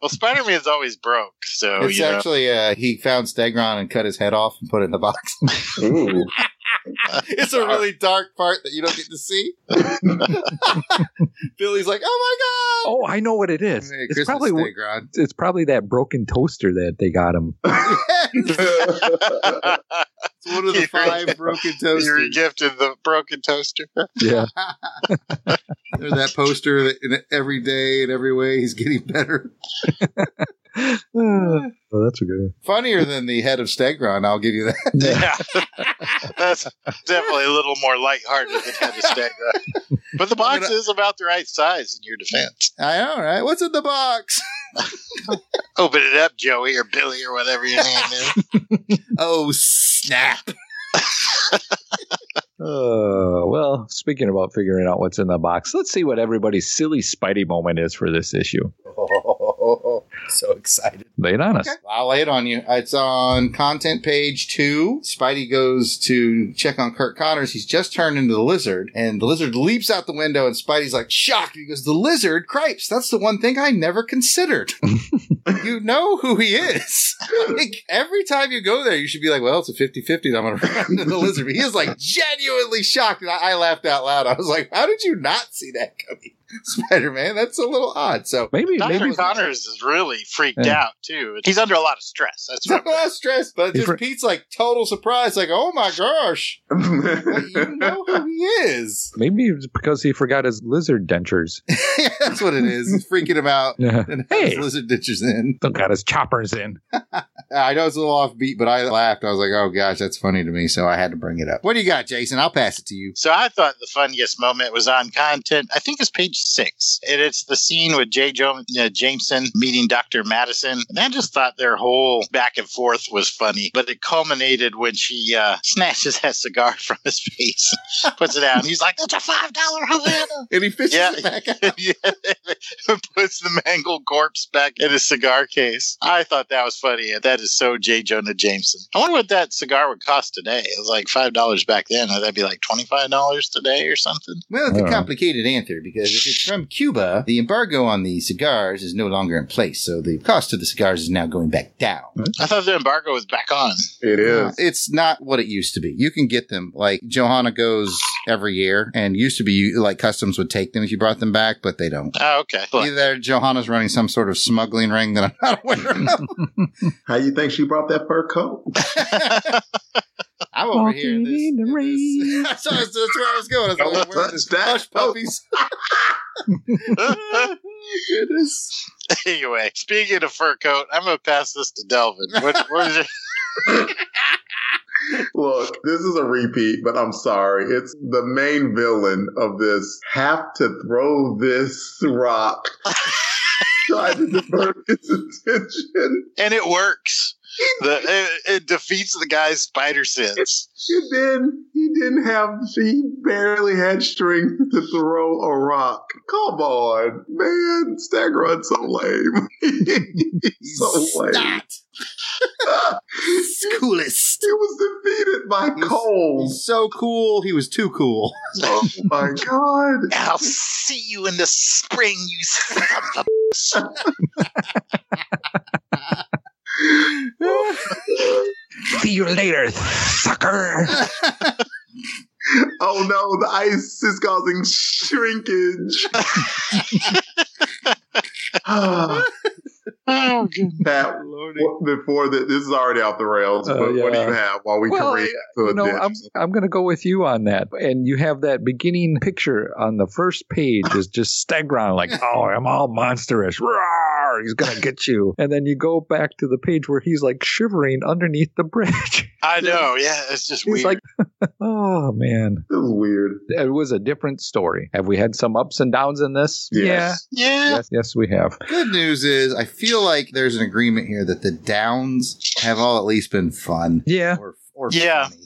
Speaker 6: well, Spider Man's always broke. So,
Speaker 4: it's
Speaker 6: you know.
Speaker 4: actually, uh, he found Stegron and cut his head off and put it in the box.
Speaker 5: Ooh.
Speaker 4: it's a really dark part that you don't get to see. Billy's like, oh my god!
Speaker 2: Oh, I know what it is.
Speaker 4: Merry
Speaker 2: It's
Speaker 4: Christmas,
Speaker 2: probably
Speaker 4: Stegron.
Speaker 2: it's probably that broken toaster that they got him.
Speaker 4: it's one of the five broken
Speaker 6: you were
Speaker 4: toasters.
Speaker 6: gifted the broken toaster.
Speaker 2: Yeah.
Speaker 4: Or that poster that in every day and every way he's getting better.
Speaker 11: oh, that's a good one.
Speaker 4: Funnier than the head of Stegron, I'll give you that.
Speaker 6: Yeah, that's definitely a little more lighthearted than head of Stagra. But the box is about the right size in your defense.
Speaker 4: I know, right? What's in the box?
Speaker 6: Open it up, Joey or Billy or whatever your name is.
Speaker 4: Oh, snap.
Speaker 2: Uh, well, speaking about figuring out what's in the box, let's see what everybody's silly Spidey moment is for this issue.
Speaker 4: so excited.
Speaker 2: Lay it on us.
Speaker 4: I'll lay it on you. It's on content page two. Spidey goes to check on Kurt Connors. He's just turned into the lizard, and the lizard leaps out the window, and Spidey's like shocked. He goes, The lizard? Cripes, that's the one thing I never considered. you know who he is. Like, every time you go there, you should be like, Well, it's a 50 50 I'm going to run into the lizard. But he is like genuinely shocked. And I, I laughed out loud. I was like, How did you not see that coming? Spider Man, that's a little odd. So
Speaker 2: Maybe,
Speaker 6: Doctor
Speaker 2: maybe
Speaker 6: Connors is really freaked
Speaker 2: Yeah.
Speaker 6: out too. He's under a lot of stress. That's
Speaker 4: It's
Speaker 6: right.
Speaker 4: a lot of stress, but
Speaker 2: He's
Speaker 4: just
Speaker 2: re-
Speaker 4: Pete's like total surprise, like, oh my gosh, Well, you know who he is.
Speaker 2: maybe it's because he forgot his lizard dentures.
Speaker 4: yeah, that's what it is. It's freaking him out. And
Speaker 2: Hey.
Speaker 4: hey. lizard ditches in.
Speaker 2: Don't got his choppers in.
Speaker 4: I know it's a little offbeat, but I laughed. I was like, oh gosh, that's funny to me. So I had to bring it up. What do you got, Jason? I'll pass it to you.
Speaker 6: So I thought the funniest moment was on content. I think it's page six, and it's the scene with Jay jo- uh, Jameson meeting Dr. Madison. And I just thought their whole back and forth was funny, but it culminated when she uh, snatches that cigar from his face, puts it out. and He's like, "That's a five dollar Havana."
Speaker 4: And he fishes
Speaker 6: Yeah.
Speaker 4: it back out.
Speaker 6: yeah, puts the mangled corpse back in his cigar case. I thought that was funny. and That is so J. Jonah Jameson. I wonder what that cigar would cost today. It was like five dollars back then. That'd be like twenty five dollars today or something.
Speaker 4: Well, it's a
Speaker 2: Uh-oh.
Speaker 4: complicated answer because if it's from Cuba, the embargo on the cigars is no longer in place. So the cost of the cigars is now going back down.
Speaker 6: I thought the embargo was back on.
Speaker 5: It
Speaker 4: Uh,
Speaker 5: is.
Speaker 4: It's not what it used to be. You can get them like Johanna goes every year, and used to be you- like customs would take them if you brought them back, but they don't.
Speaker 6: Oh, okay. Look,
Speaker 4: Either Johanna's running some sort of smuggling ring that I'm not aware of.
Speaker 5: How you think she brought that fur coat?
Speaker 4: I'm over here. In
Speaker 2: Walking
Speaker 4: this,
Speaker 2: in the
Speaker 4: in
Speaker 2: rain.
Speaker 4: this. Sorry, that's that's where I was going. I was
Speaker 5: Don't
Speaker 4: like, where are this
Speaker 5: touch that
Speaker 4: hush
Speaker 5: coat.
Speaker 4: puppies? Oh,
Speaker 5: Goodness.
Speaker 6: anyway, speaking of fur coat, I'm gonna pass this to Delvin. What, what is it?
Speaker 5: Look, this is a repeat, but I'm sorry. It's the main villain of this. Have to throw this rock. Try to divert his attention.
Speaker 6: And it works. The, it, it defeats the guy's spider sense.
Speaker 5: And then he didn't have, he barely had strength to throw a rock. Come on, man. Stagron's so lame. He's so lame.
Speaker 4: coolest.
Speaker 5: He was defeated by
Speaker 4: He's-
Speaker 5: cold.
Speaker 4: He's so cool. He was too cool.
Speaker 5: Oh my god.
Speaker 6: I'll see you in the spring, you son of a.
Speaker 5: Oh,
Speaker 2: See you later, sucker.
Speaker 5: Oh no, the ice is causing shrinkage.
Speaker 6: Oh, goodness.
Speaker 5: Pat, what- before that, this is already off the rails.
Speaker 2: Uh,
Speaker 5: but what do
Speaker 2: yeah.
Speaker 5: you have while we
Speaker 2: Well,
Speaker 5: can read to
Speaker 2: you
Speaker 5: a
Speaker 2: know,
Speaker 5: ditch?
Speaker 2: I'm, I'm going to go with you on that. And you have that beginning picture on the first page is just Stegron, like, oh, I'm all monsterish. Roar! He's going to get you. And then you go back to the page where he's like shivering underneath the bridge.
Speaker 6: I know. Yeah, it's just
Speaker 2: he's
Speaker 6: weird.
Speaker 2: like, oh, man.
Speaker 5: This is weird.
Speaker 2: It was a different story. Have we had some ups and downs in this?
Speaker 5: Yes.
Speaker 2: Yeah.
Speaker 6: yeah.
Speaker 2: Yes, yes, we have.
Speaker 4: Good news is, I feel like there's an agreement here that the downs have all at least been fun.
Speaker 2: Yeah.
Speaker 4: Or, or
Speaker 6: Yeah.
Speaker 4: funny.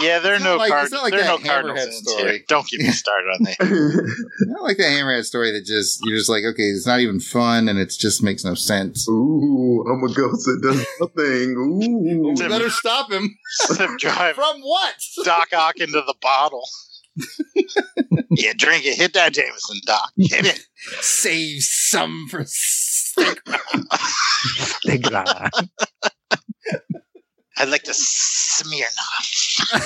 Speaker 6: Yeah, there are
Speaker 4: It's
Speaker 6: no
Speaker 4: not like-
Speaker 6: card-
Speaker 4: it's not like
Speaker 6: there are no
Speaker 4: that
Speaker 6: Cardinals
Speaker 4: Hammerhead
Speaker 6: in
Speaker 4: story.
Speaker 6: here. Don't get me started on that.
Speaker 4: I like that Hammerhead story that just you're just like, okay, it's not even fun and it just makes no sense.
Speaker 5: Ooh, I'm a ghost that does nothing. Ooh.
Speaker 6: Tim-
Speaker 4: Let her stop him
Speaker 6: Sim drive
Speaker 4: from what?
Speaker 6: Doc Ock into the bottle. yeah, drink it. Hit that Jameson, Doc. Hit it.
Speaker 4: Save some for. s-
Speaker 2: Stegron.
Speaker 6: I'd like to smear off.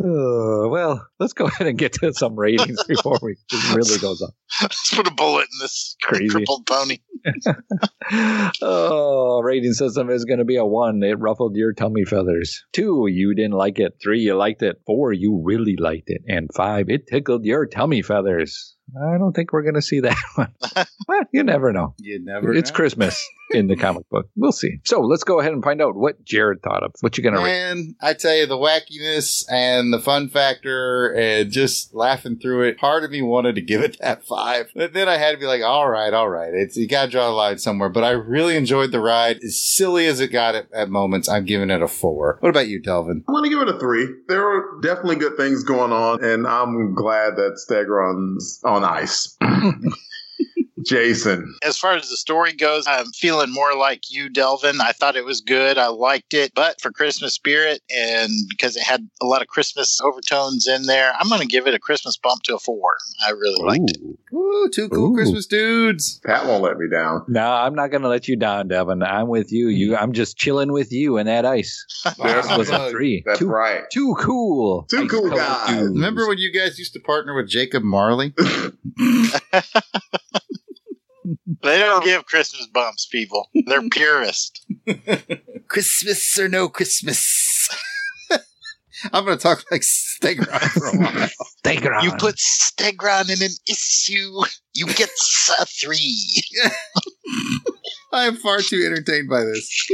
Speaker 2: Uh, well, let's go ahead and get to some ratings before we this really goes on.
Speaker 6: Let's put a bullet in this
Speaker 2: Crazy.
Speaker 6: crippled pony.
Speaker 2: oh, rating system is going to be a one. It ruffled your tummy feathers. Two, you didn't like it. Three, you liked it. Four, you really liked it. And five, it tickled your tummy feathers. I don't think we're going to see that one. but you never know.
Speaker 4: You never.
Speaker 2: it's
Speaker 4: know.
Speaker 2: Christmas in the comic book. We'll see. So let's go ahead and find out what Jared thought of. What you going to read?
Speaker 4: Man, I tell you, the wackiness and the fun factor and just laughing through it, part of me wanted to give it that five. But then I had to be like, all right, all right. It's, you got to draw a line somewhere. But I really enjoyed the ride. As silly as it got at, at moments, I'm giving it a four. What about you, Delvin?
Speaker 5: I'm gonna give it a three. There were definitely good things going on, and I'm glad that Stegron's on ice. Jason,
Speaker 6: As far as the story goes, I'm feeling more like you, Delvin. I thought it was good. I liked it. But for Christmas Spirit and because it had a lot of Christmas overtones in there, I'm going to give it a Christmas bump to a four. I really liked it.
Speaker 4: Woo, two cool
Speaker 2: Ooh.
Speaker 4: Christmas dudes.
Speaker 5: Pat won't let me down.
Speaker 2: No, I'm not going to let you down, Devin. I'm with you. You,
Speaker 4: Mm-hmm.
Speaker 2: I'm just chilling with you in that ice.
Speaker 5: There's
Speaker 2: That was a
Speaker 4: Look,
Speaker 2: three.
Speaker 5: That's
Speaker 2: Too,
Speaker 5: right.
Speaker 2: too cool.
Speaker 5: Too cool
Speaker 2: Ice-cold
Speaker 5: guys.
Speaker 2: dudes.
Speaker 4: Remember when you guys used to partner with Jacob Marley?
Speaker 6: They don't give Christmas bumps, people. They're purist.
Speaker 4: Christmas or no Christmas? I'm going to talk like Stegron for a while.
Speaker 2: Take her
Speaker 6: You
Speaker 2: on.
Speaker 6: put Stegron in an issue, you get a three.
Speaker 4: I am far too entertained by this.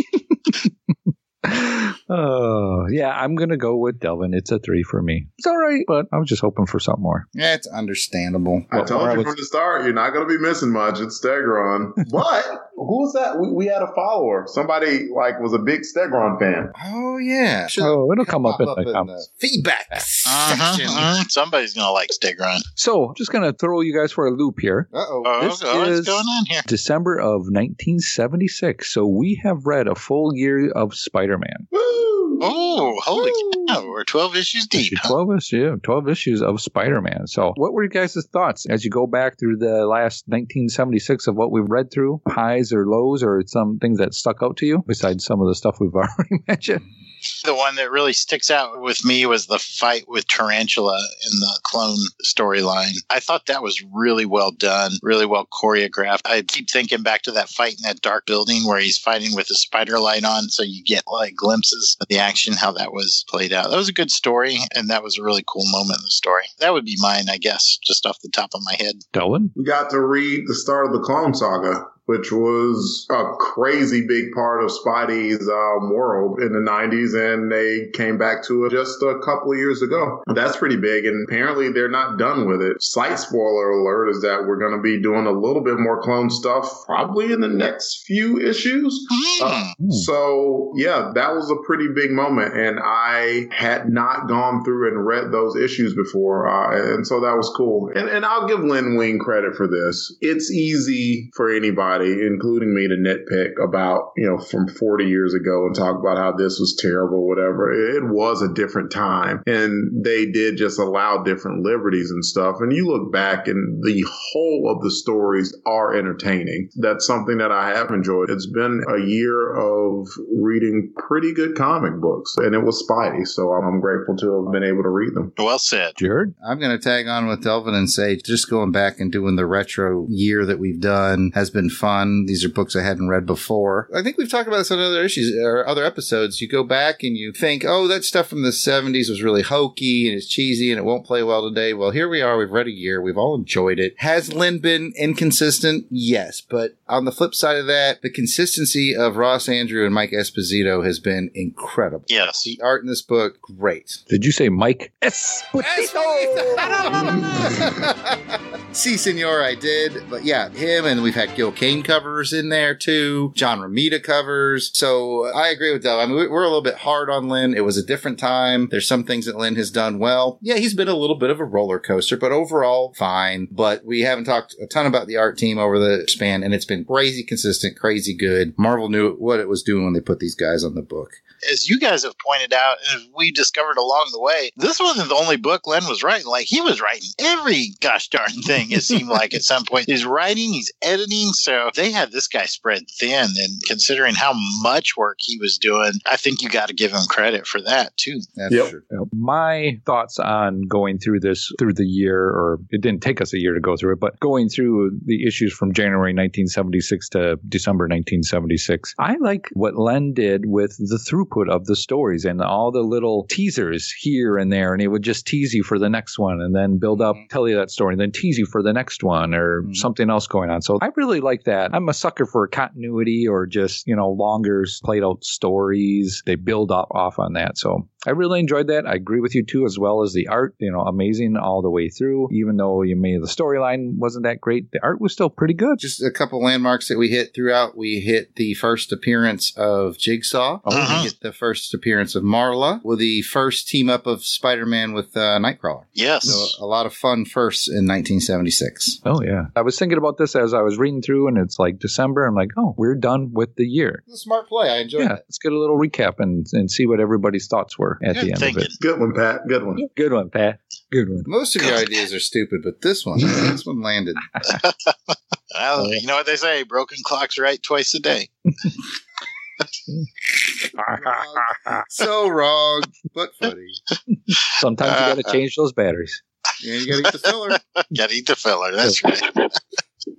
Speaker 2: oh yeah, I'm gonna go with Delvin. It's a three for me. It's all right, but I was just hoping for something more.
Speaker 4: Yeah, it's understandable.
Speaker 5: I
Speaker 2: Well,
Speaker 5: told
Speaker 2: or I
Speaker 5: you
Speaker 2: would-
Speaker 5: from the start, you're not going to be missing much. It's Stegron. But who's that? We, we had a follower. Somebody like was a big Stegron fan.
Speaker 4: Oh yeah.
Speaker 2: Oh, it'll come up in
Speaker 4: Pop
Speaker 2: the comments.
Speaker 4: feedback
Speaker 6: Uh-huh,
Speaker 4: section. Uh
Speaker 6: uh-huh. Somebody's going to like Stegron.
Speaker 2: So I'm just gonna throw you guys for a loop here.
Speaker 4: oh.
Speaker 6: Oh,
Speaker 2: This
Speaker 6: oh,
Speaker 2: is-
Speaker 6: what's going on here?
Speaker 2: December of 1976. So we have read a full year of Spider-Man.
Speaker 5: Woo!
Speaker 6: Oh, holy cow. We're 12 issues deep.
Speaker 2: Actually,
Speaker 6: huh?
Speaker 2: 12 issues, yeah, 12 issues of Spider-Man. So what were you guys' thoughts as you go back through the last 1976 of what we've read through? Highs or lows or some things that stuck out to you besides some of the stuff we've already mentioned?
Speaker 6: The one that really sticks out with me was the fight with Tarantula in the clone storyline. I thought that was really well done, really well choreographed. I keep thinking back to that fight in that dark building where he's fighting with the spider light on, so you get like glimpses of the action, how that was played out. That was a good story, and that was a really cool moment in the story. That would be mine, I guess, just off the top of my head.
Speaker 2: Dylan?
Speaker 5: We got to read the start of the Clone Saga, which was a crazy big part of Spidey's um, world in the 90s, and they came back to it just a couple of years ago. That's pretty big, and apparently they're not done with it. Slight spoiler alert is that we're going to be doing a little bit more clone stuff probably in the next few issues.
Speaker 6: Hmm.
Speaker 2: Hmm.
Speaker 5: So yeah, that was a pretty big moment, and I had not gone through and read those issues before, uh, and so that was cool. And, and I'll give Lin Wing credit for this. It's easy for anybody, including me, to nitpick about you know from 40 years ago and talk about how this was terrible, whatever. It was a different time, and they did just allow different liberties and stuff. And you look back, and the whole of the stories are entertaining. That's something that I have enjoyed. It's been a year of reading pretty good comic books, and it was Spidey, so I'm grateful to have been able to read them.
Speaker 6: Hmm. Well said.
Speaker 2: Jared?
Speaker 4: I'm going to tag on with Delvin and say just going back and doing the retro year that we've done has been fun. These are books I hadn't read before. I think we've talked about this on other issues or other episodes. You go back and you think, oh, that stuff from the 70s was really hokey and it's cheesy and it won't play well today. Well, here we are. We've read a year. We've all enjoyed it. Has Lynn been inconsistent? Yes. But on the flip side of that, the consistency of Ross Andrew and Mike Esposito has been incredible.
Speaker 6: Yes.
Speaker 4: The art in this book, great.
Speaker 2: Did you say Mike? Yes.
Speaker 4: See, Senor, I did. But yeah, him and we've had Gil Kane covers in there too, John Romita covers. So uh, I agree with that. I mean, we- we're a little bit hard on Lynn. It was a different time. There's some things that Lynn has done well. Yeah, he's been a little bit of a roller coaster, but overall, fine. But we haven't talked a ton about the art team over the span, and it's been crazy consistent, crazy good. Marvel knew what it was doing when they put these guys on the book.
Speaker 6: as you guys have pointed out, and as we discovered along the way, this wasn't the only book Len was writing. Like he was writing every gosh darn thing. It seemed like at some point he's writing, he's editing. So they had this guy spread thin, and considering how much work he was doing, I think you got to give him credit for that too.
Speaker 4: That's
Speaker 5: Yep.
Speaker 4: true.
Speaker 2: Uh, My thoughts on going through this through the year, or it didn't take us a year to go through it, but going through the issues from January 1976 to December 1976, I like what Len did with the through output of the stories and all the little teasers here and there. And it would just tease you for the next one and then build up, tell you that story, and then tease you for the next one or
Speaker 4: Mhm.
Speaker 2: something else going on. So I really like that. I'm a sucker for continuity or just, you know, longer played out stories. They build up off on that. So I really enjoyed that. I agree with you too, as well as the art, you know, amazing all the way through. Even though you may the storyline wasn't that great, the art was still pretty good.
Speaker 4: Just a couple landmarks that we hit throughout. We hit the first appearance of Jigsaw.
Speaker 6: Uh-huh.
Speaker 4: We hit the first appearance of Marla. With the first team up of Spider-Man with uh, Nightcrawler.
Speaker 6: Yes.
Speaker 4: So a lot of fun firsts in 1976.
Speaker 2: Oh yeah. I was thinking about this as I was reading through and it's like December. I'm like, oh, we're done with the year.
Speaker 4: It's a smart play. I enjoyed
Speaker 2: yeah,
Speaker 4: it.
Speaker 2: let's get a little recap and, and see what everybody's thoughts were at the end
Speaker 6: Thinking.
Speaker 2: of
Speaker 5: Good one, Pat. Good one.
Speaker 2: it. Good one, Pat. Good one.
Speaker 4: Most of your ideas are stupid, but this one, this one landed.
Speaker 6: Well, you know what they say: broken clocks right twice a day.
Speaker 7: Uh-huh.
Speaker 4: so wrong, but funny.
Speaker 2: Sometimes you got to change those batteries.
Speaker 4: Yeah, you gotta get the filler.
Speaker 6: Got to eat the filler. That's right.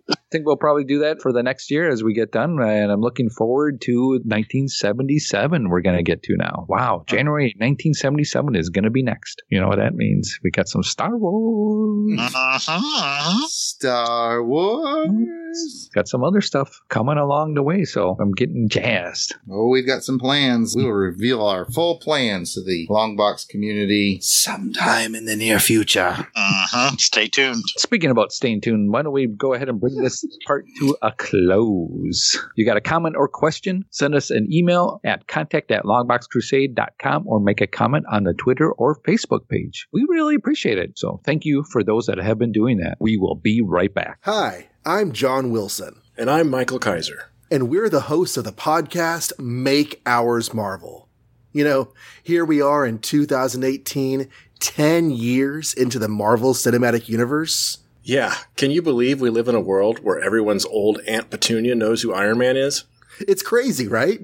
Speaker 2: I think we'll probably do that for the next year as we get done. And I'm looking forward to 1977. We're going to get to now. Wow, January 1977 is going to be next. You know what that means? We got some Star Wars.
Speaker 6: Uh-huh.
Speaker 4: Star Wars.
Speaker 2: Got some other stuff coming along the way, so I'm getting jazzed.
Speaker 4: Oh, we've got some plans. We will reveal our full plans to the long box community sometime in the near future.
Speaker 6: Uh-huh. Stay tuned.
Speaker 2: Speaking about staying tuned, why don't we go ahead and bring this part to a close? You got a comment or question? Send us an email at contact at longboxcrusade.com or make a comment on the Twitter or Facebook page. We really appreciate it. So thank you for those that have been doing that. We will be right back.
Speaker 11: Hi, I'm John Wilson. And I'm Michael Kaiser. And we're the hosts of the podcast Make Ours Marvel. You know, here we are in 2018, 10 years into the Marvel Cinematic Universe.
Speaker 10: Yeah, can you believe we live in a world where everyone's old Aunt Petunia knows who Iron Man is?
Speaker 11: It's crazy, right?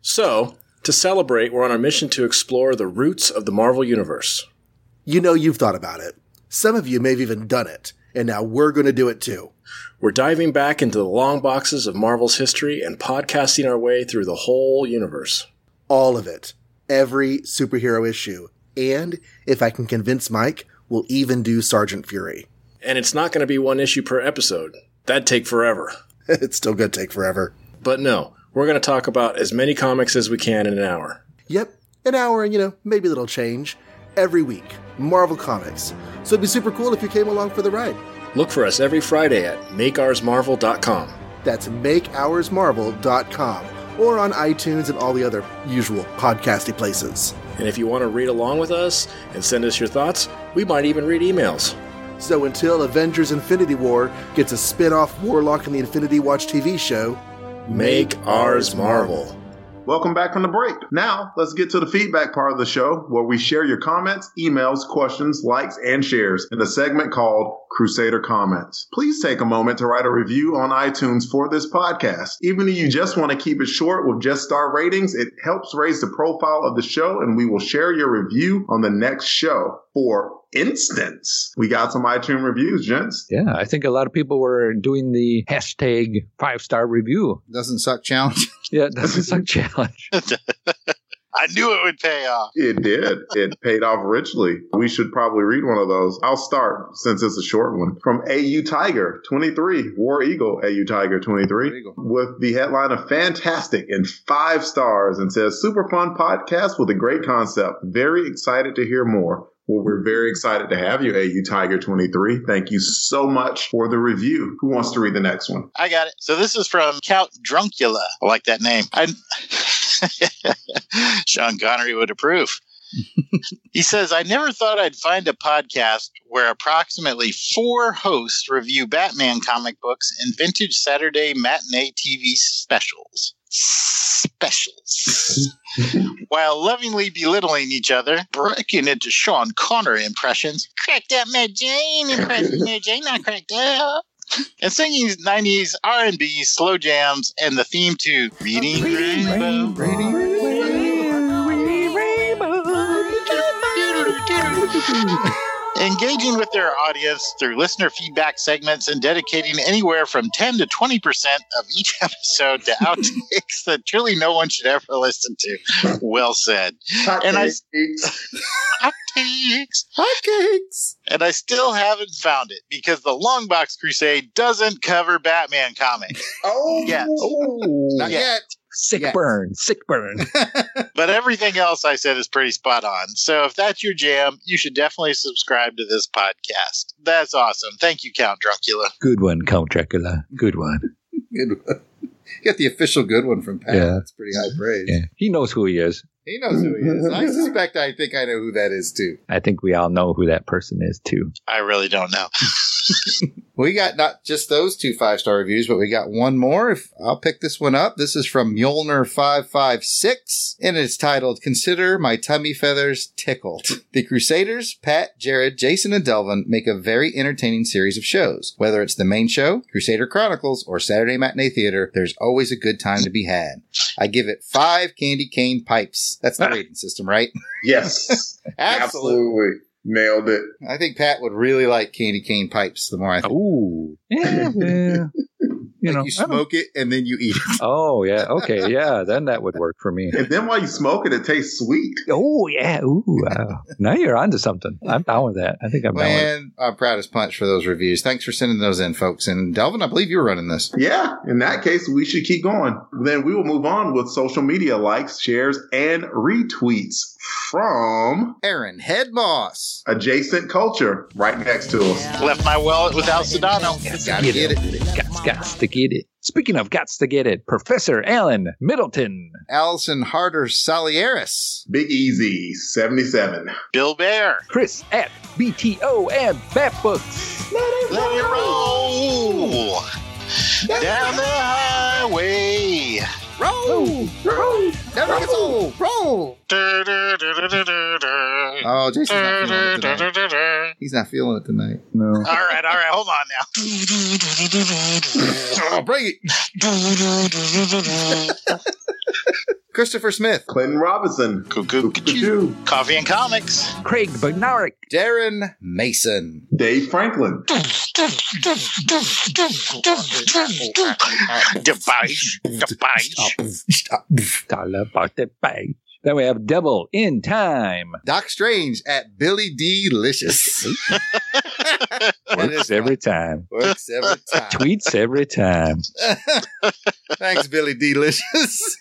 Speaker 10: So, to celebrate, we're on our mission to explore the roots of the Marvel Universe.
Speaker 11: You know, you've thought about it. Some of you may have even done it. And now we're going to do it too.
Speaker 10: We're diving back into the long boxes of Marvel's history and podcasting our way through the whole universe.
Speaker 11: All of it. Every superhero issue. And if I can convince Mike, we'll even do Sergeant Fury.
Speaker 10: And it's not going to be one issue per episode. That'd take forever.
Speaker 11: it's still going to take forever.
Speaker 10: But no, we're going to talk about as many comics as we can in an hour.
Speaker 11: Yep, an hour and, you know, maybe a little change every week. Marvel Comics. So it'd be super cool if you came along for the ride.
Speaker 10: Look for us every Friday at makeoursmarvel.com.
Speaker 11: That's makeoursmarvel.com or on iTunes and all the other usual podcasty places.
Speaker 10: And if you want to read along with us and send us your thoughts, we might even read emails.
Speaker 11: So until Avengers Infinity War gets a spin off Warlock and the Infinity Watch TV show,
Speaker 10: Make ours Marvel.
Speaker 5: Welcome back from the break. Now, let's get to the feedback part of the show where we share your comments, emails, questions, likes, and shares in the segment called Crusader Comments. Please take a moment to write a review on iTunes for this podcast. Even if you just want to keep it short with just star ratings, it helps raise the profile of the show and we will share your review on the next show. For instance, we got some iTunes reviews, gents.
Speaker 2: Yeah, I think a lot of people were doing the hashtag five star review.
Speaker 4: Doesn't suck challenge.
Speaker 2: Yeah, that's a suck challenge.
Speaker 6: I knew it would pay off.
Speaker 5: It did. It paid off richly. We should probably read one of those. I'll start since it's a short one. From AU Tiger 23, War Eagle, AU Tiger 23, with the headline of Fantastic and five stars and says, Super fun podcast with a great concept. Very excited to hear more. Well, we're very excited to have you, AU Tiger 23. Thank you so much for the review. Who wants to read the next one?
Speaker 6: I got it. So this is from Count Druncula. I like that name. I, Sean Connery would approve. he says, I never thought I'd find a podcast where approximately four hosts review Batman comic books and vintage Saturday matinee TV specials. Specials. While lovingly belittling each other, breaking into Sean Connery impressions. Cracked up Mary Jane impressions. Mary Jane not cracked up and singing 90s R&B slow jams and the theme to Reading Rainbow. Engaging with their audience through listener feedback segments and dedicating anywhere from 10 to 20% of each episode to outtakes that truly no one should ever listen to. Well said.
Speaker 5: Hot
Speaker 6: And I-
Speaker 5: cakes.
Speaker 6: Outtakes.
Speaker 11: Hotcakes.
Speaker 6: And I still haven't found it because the Longbox Crusade doesn't cover Batman comics.
Speaker 5: oh,
Speaker 6: Yes.
Speaker 4: Not
Speaker 6: Yeah.
Speaker 4: yet.
Speaker 2: Sick
Speaker 4: Yes.
Speaker 2: burn, sick burn.
Speaker 6: But everything else I said is pretty spot on. So if that's your jam, you should definitely subscribe to this podcast. That's awesome. Thank you, Count Druncula.
Speaker 2: Good one, Count Dracula. Good one.
Speaker 4: Good one. Get the official good one from Pat.
Speaker 2: Yeah.
Speaker 4: That's pretty high praise.
Speaker 2: Yeah. He knows who he is.
Speaker 4: He knows who he is. I suspect I think I know who that is too.
Speaker 2: I think we all know who that person is too.
Speaker 6: I really don't know.
Speaker 4: We got not just those two five star reviews, but we got one more. If I'll pick this one up. This is from Mjolnir556, and it's titled Consider My Tummy Feathers Tickled. The Crusaders, Pat, Jared, Jason, and Delvin make a very entertaining series of shows. Whether it's the main show, Crusader Chronicles, or Saturday Matinee Theater, there's always a good time to be had. I give it five candy cane pipes. That's the rating system, right?
Speaker 5: yes. Absolutely. Nailed it.
Speaker 4: I think Pat would really like candy cane pipes the more I think.
Speaker 2: Ooh. Yeah. yeah. You
Speaker 4: Like
Speaker 2: know.
Speaker 4: you
Speaker 2: I don't-
Speaker 4: smoke it and then you eat it.
Speaker 2: Oh yeah. Okay. Yeah. Then that would work for me.
Speaker 5: And then while you smoke it, it tastes sweet.
Speaker 2: Oh yeah. Ooh. Wow. now you're onto something. I'm down with that. I think I'm down with it.
Speaker 4: Man, I'm proud as punch for those reviews. Thanks for sending those in, folks. And Delvin, I believe you were running this.
Speaker 5: Yeah, in that case, we should keep going. Then we will move on with social media likes, shares, and retweets from
Speaker 4: Aaron Head Moss.
Speaker 5: adjacent culture right next to us.
Speaker 6: Left my wallet without Sedano.
Speaker 4: Gotta get it.
Speaker 2: Gots, gots to get it. Speaking of gots to get it, Professor Alan Middleton.
Speaker 4: Allison Harder Salieris.
Speaker 5: Big Easy, 77.
Speaker 6: Bill Bear.
Speaker 2: Chris at BTO and Bat Books.
Speaker 6: Let it roll. Down the highway.
Speaker 4: Roll! Roll! Never gets old! Roll!
Speaker 6: Du-du-du-du-du-du.
Speaker 4: Oh, Jason's not feeling it tonight. He's not feeling
Speaker 6: Du-du-du-du-du-du.
Speaker 4: it tonight.
Speaker 2: No.
Speaker 6: All right, all right, hold on now.
Speaker 4: Oh, bring it! Christopher Smith.
Speaker 5: Clinton Robinson.
Speaker 6: Cuckoo, cuckoo.
Speaker 5: Ka-choo.
Speaker 6: Coffee and comics.
Speaker 2: Craig Bagnaric.
Speaker 4: Darren Mason.
Speaker 5: Dave Franklin.
Speaker 6: Device, device.
Speaker 2: Tell about the bag. Then we have Double in Time.
Speaker 4: Doc Strange at Billy D. Licious. That is
Speaker 2: Works every time.
Speaker 4: Works every time.
Speaker 2: Tweets every time.
Speaker 4: Thanks, Billy D. Licious.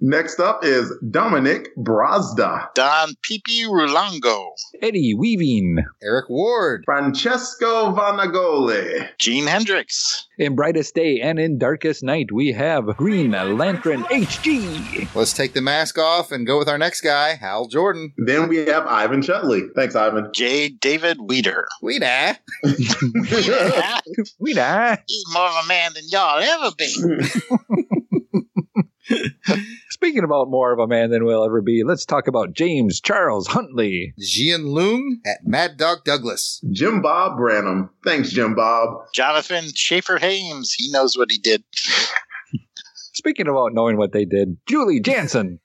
Speaker 5: Next up is Dominic Brazda.
Speaker 6: Don Pipi Rulango.
Speaker 2: Eddie Weaving
Speaker 4: Eric Ward.
Speaker 5: Francesco Vanagoli.
Speaker 6: Gene Hendricks.
Speaker 2: in Brightest Day and in Darkest Night. We have Green Lantern HG.
Speaker 4: Let's take the mask off and go with our next guy, Hal Jordan.
Speaker 5: Then we have Ivan Chutley. Thanks, Ivan.
Speaker 6: J. David Weeder.
Speaker 4: We da.
Speaker 6: He's
Speaker 2: We die.
Speaker 6: more of a man than y'all ever been.
Speaker 2: Speaking about more of a man than we'll ever be, let's talk about James Charles Huntley.
Speaker 4: Jian Lung at Mad Dog Douglas.
Speaker 5: Jim Bob Branham. Thanks, Jim Bob.
Speaker 6: Jonathan Schaefer Hames. He knows what he did.
Speaker 2: Speaking about knowing what they did, Julie Jansen.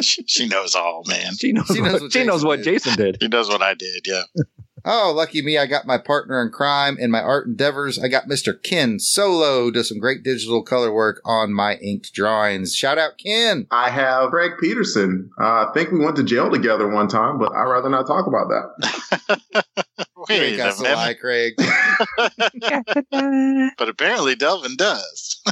Speaker 6: she knows all, man.
Speaker 2: She knows,
Speaker 4: She knows
Speaker 2: what,
Speaker 4: what
Speaker 2: she knows
Speaker 4: Jason
Speaker 2: what
Speaker 4: did.
Speaker 2: Jason did.
Speaker 6: She knows what I did, yeah.
Speaker 4: Oh, lucky me, I got my partner in crime in my art endeavors. I got Mr. Ken Solo, does some great digital color work on my inked drawings. Shout out Ken.
Speaker 5: I have Craig Peterson. Uh, I think we went to jail together one time, but I'd rather not talk about that.
Speaker 6: Wait
Speaker 4: Craig has
Speaker 6: a
Speaker 4: to
Speaker 6: minute.
Speaker 4: lie, Craig.
Speaker 6: But apparently Delvin does.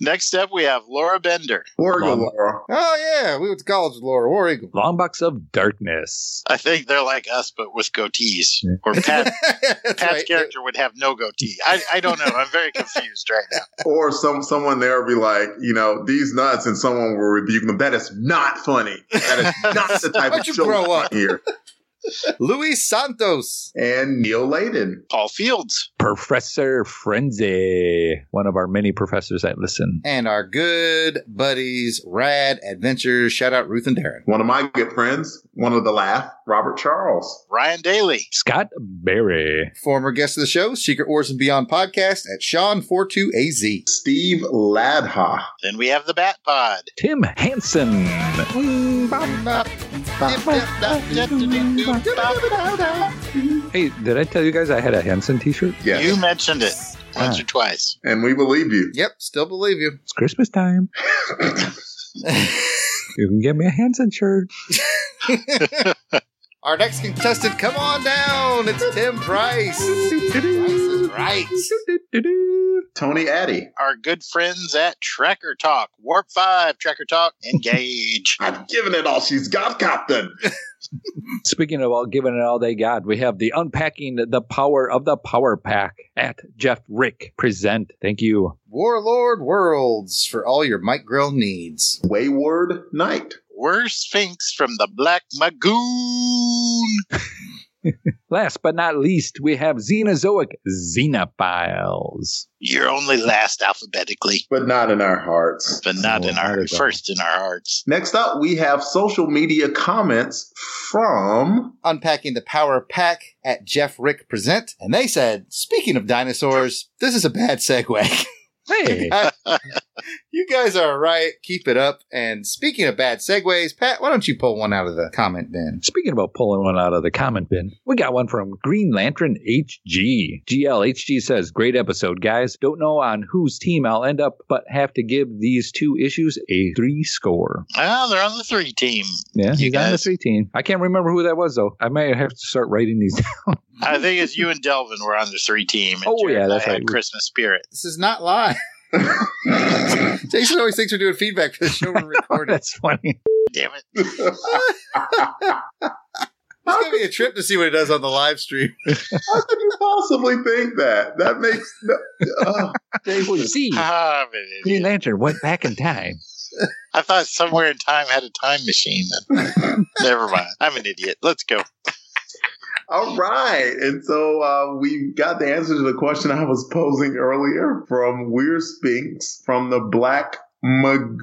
Speaker 6: Next up, we have Laura Bender.
Speaker 5: Or
Speaker 2: Come on.
Speaker 5: Laura.
Speaker 4: Oh yeah, we went to college with Laura War Eagle.
Speaker 2: Longbox of Darkness.
Speaker 6: I think they're like us, but with goatees. Or Pat,
Speaker 4: That's
Speaker 6: Pat's
Speaker 4: right.
Speaker 6: character would have no goatee. I, I don't know. I'm very confused right now.
Speaker 5: Or some someone there will be like, you know, these nuts, and someone will rebuke them. That is not funny. That is not the type
Speaker 4: Why
Speaker 5: of
Speaker 4: don't you
Speaker 5: show
Speaker 4: grow
Speaker 5: we want
Speaker 4: up?
Speaker 5: here.
Speaker 4: Luis Santos.
Speaker 5: And Neil Layden.
Speaker 6: Paul Fields.
Speaker 2: Professor Frenzy, one of our many professors that listen.
Speaker 4: And our good buddies, Rad Adventures. Shout out Ruth and Darren.
Speaker 5: One of my good friends, one of the laugh, Robert Charles.
Speaker 6: Ryan Daly.
Speaker 2: Scott Berry.
Speaker 4: Former guest of the show, Secret Wars and Beyond podcast at Sean42AZ.
Speaker 5: Steve Ladha.
Speaker 6: Then we have the Bat Pod.
Speaker 2: Tim Hansen. Hey, did I tell you guys I had a Hansen t shirt?
Speaker 5: Yes.
Speaker 6: You mentioned it
Speaker 4: Ah.
Speaker 6: once or twice.
Speaker 5: and we believe you.
Speaker 4: Yep, still believe you.
Speaker 2: It's Christmas time. You can get me a Hansen shirt.
Speaker 4: Our next contestant, come on down. It's Tim Price. Price is right.
Speaker 5: Tony Addy.
Speaker 6: Our good friends at Tracker Talk, Warp 5, Tracker Talk, Engage.
Speaker 5: I've given it all she's got, Captain.
Speaker 2: Speaking of all giving it all they got, we have the unpacking the power of the power pack at Jeff Rick present. Thank you.
Speaker 4: Warlord Worlds for all your Mike Grill needs.
Speaker 5: Wayward Knight.
Speaker 6: We're Sphinx from the Black Magoon.
Speaker 2: Last but not least, we have Xenozoic Xenophiles.
Speaker 6: You're only last alphabetically,
Speaker 5: But not in our hearts.
Speaker 6: but not in
Speaker 4: there
Speaker 6: our
Speaker 4: you go.
Speaker 6: first in our hearts.
Speaker 5: Next up, we have social media comments from
Speaker 4: Unpacking the Power Pack at Jeff Rick Present. And they said, speaking of dinosaurs, this is a bad segue.
Speaker 2: Hey,
Speaker 4: you guys are right. Keep it up. And speaking of bad segues, Pat, why don't you pull one out of the comment bin?
Speaker 2: speaking about pulling one out of the comment bin, we got one from Green Lantern HG. GLHG says, Great episode, guys. Don't know on whose team I'll end up, but have to give these two issues a three score.
Speaker 6: Oh, they're on the three team.
Speaker 2: Yeah,
Speaker 6: You
Speaker 2: he's on the
Speaker 6: guys-
Speaker 2: three team. I can't remember who that was, though. I may have to start writing these down.
Speaker 6: I think it's you and Delvin were on the three team. and
Speaker 2: Oh, yeah,
Speaker 6: Jeremiah
Speaker 2: that's
Speaker 6: had
Speaker 2: right.
Speaker 6: Christmas spirit.
Speaker 4: This is not live. Jason always thinks we're doing feedback for the show we're recording.
Speaker 2: That's funny.
Speaker 6: Damn it.
Speaker 4: It's going to be a trip to see what it does on the live stream.
Speaker 5: How could you possibly think that? That makes no, Ugh.
Speaker 2: Well, you see,
Speaker 6: Ah, I'm an
Speaker 2: Green
Speaker 6: idiot.
Speaker 2: Lantern went back in time.
Speaker 6: I thought somewhere in time had a time machine. Never mind. I'm an idiot. Let's go.
Speaker 5: All right. And so uh, we got the answer to the question I was posing earlier from Weir Spinks from the Black Magoon,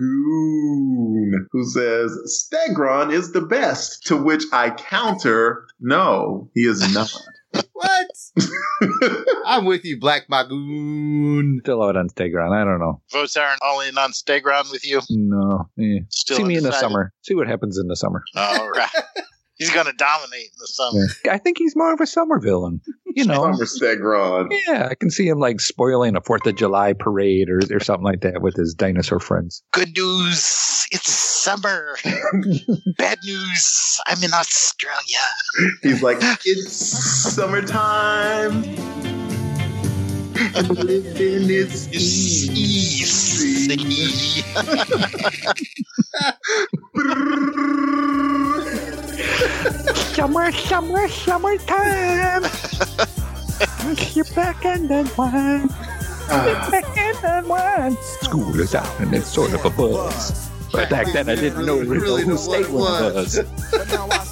Speaker 5: who says, Stegron is the best, to which I counter, no, he is not.
Speaker 4: What? I'm with you, Black Magoon.
Speaker 2: Still out on Stegron. I don't know.
Speaker 6: Votes aren't all in on Stegron with you.
Speaker 2: No. eh.
Speaker 6: Still
Speaker 2: See me in the
Speaker 6: undecided?
Speaker 2: summer. See what happens in the summer.
Speaker 6: All right. He's going to dominate in the summer.
Speaker 2: I think he's more of a summer villain. You know.
Speaker 5: Summer Stegron.
Speaker 2: Yeah, I can see him like spoiling a Fourth of July parade or, or something like that with his dinosaur friends.
Speaker 6: Good news. It's summer. Bad news. I'm in Australia.
Speaker 5: He's like, it's summertime. and Living is
Speaker 6: It's easy.
Speaker 2: Summer, summer, summertime. You're back in the one. back in the one. School is out and it's sort of a buzz. But back then I didn't know
Speaker 4: Really
Speaker 2: who
Speaker 4: know what it
Speaker 2: Stegron was.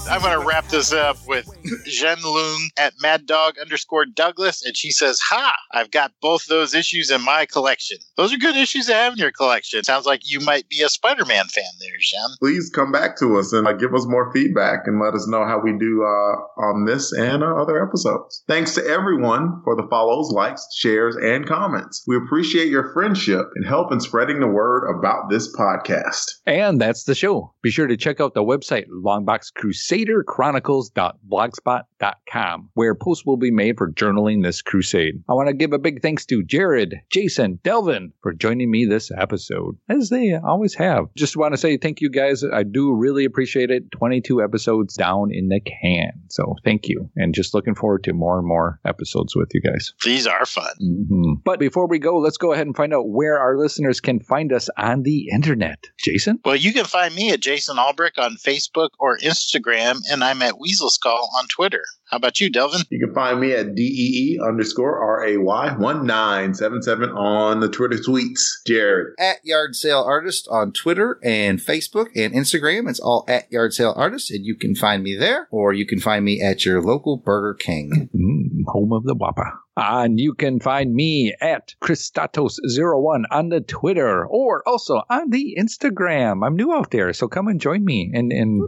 Speaker 6: I'm going to wrap this up with Jen Lung at Mad Dog underscore Douglas, and she says, "Ha! I've got both those issues in my collection. Those are good issues to have in your collection. Sounds like you might be a Spider-Man fan there, Jen.
Speaker 5: Please come back to us and uh, give us more feedback and let us know how we do uh, on this and uh, other episodes. Thanks to everyone for the follows, likes, shares, and comments. We appreciate your friendship and help in spreading the word about this podcast.
Speaker 2: And that's the show. Be sure to check out the website longboxcrusaderchronicles.blogspot.com where posts will be made for journaling this crusade. I want to give a big thanks to Jared, Jason, Delvin for joining me this episode, as they always have. Just want to say thank you guys. I do really appreciate it. 22 episodes down in the can. So thank you. And just looking forward to more and more episodes with you guys.
Speaker 6: These are fun.
Speaker 2: Mhm. But before we go, let's go ahead and find out where our listeners can find us on the internet. Jason?
Speaker 6: Well, you can find me at Jason Albrick on Facebook or Instagram, and I'm at Weasel Skull on Twitter. How about you, Delvin?
Speaker 5: You can find me at DEE underscore RAY 1977 on the Twitter tweets. Jared.
Speaker 4: At Yard Sale Artist on Twitter and Facebook and Instagram. It's all at Yard Sale Artist, and you can find me there, or you can find me at your local Burger King.
Speaker 2: Mm. home of the Wappa. And you can find me at Christatos01 on the Twitter or also on the Instagram. I'm new out there, so come and join me and, and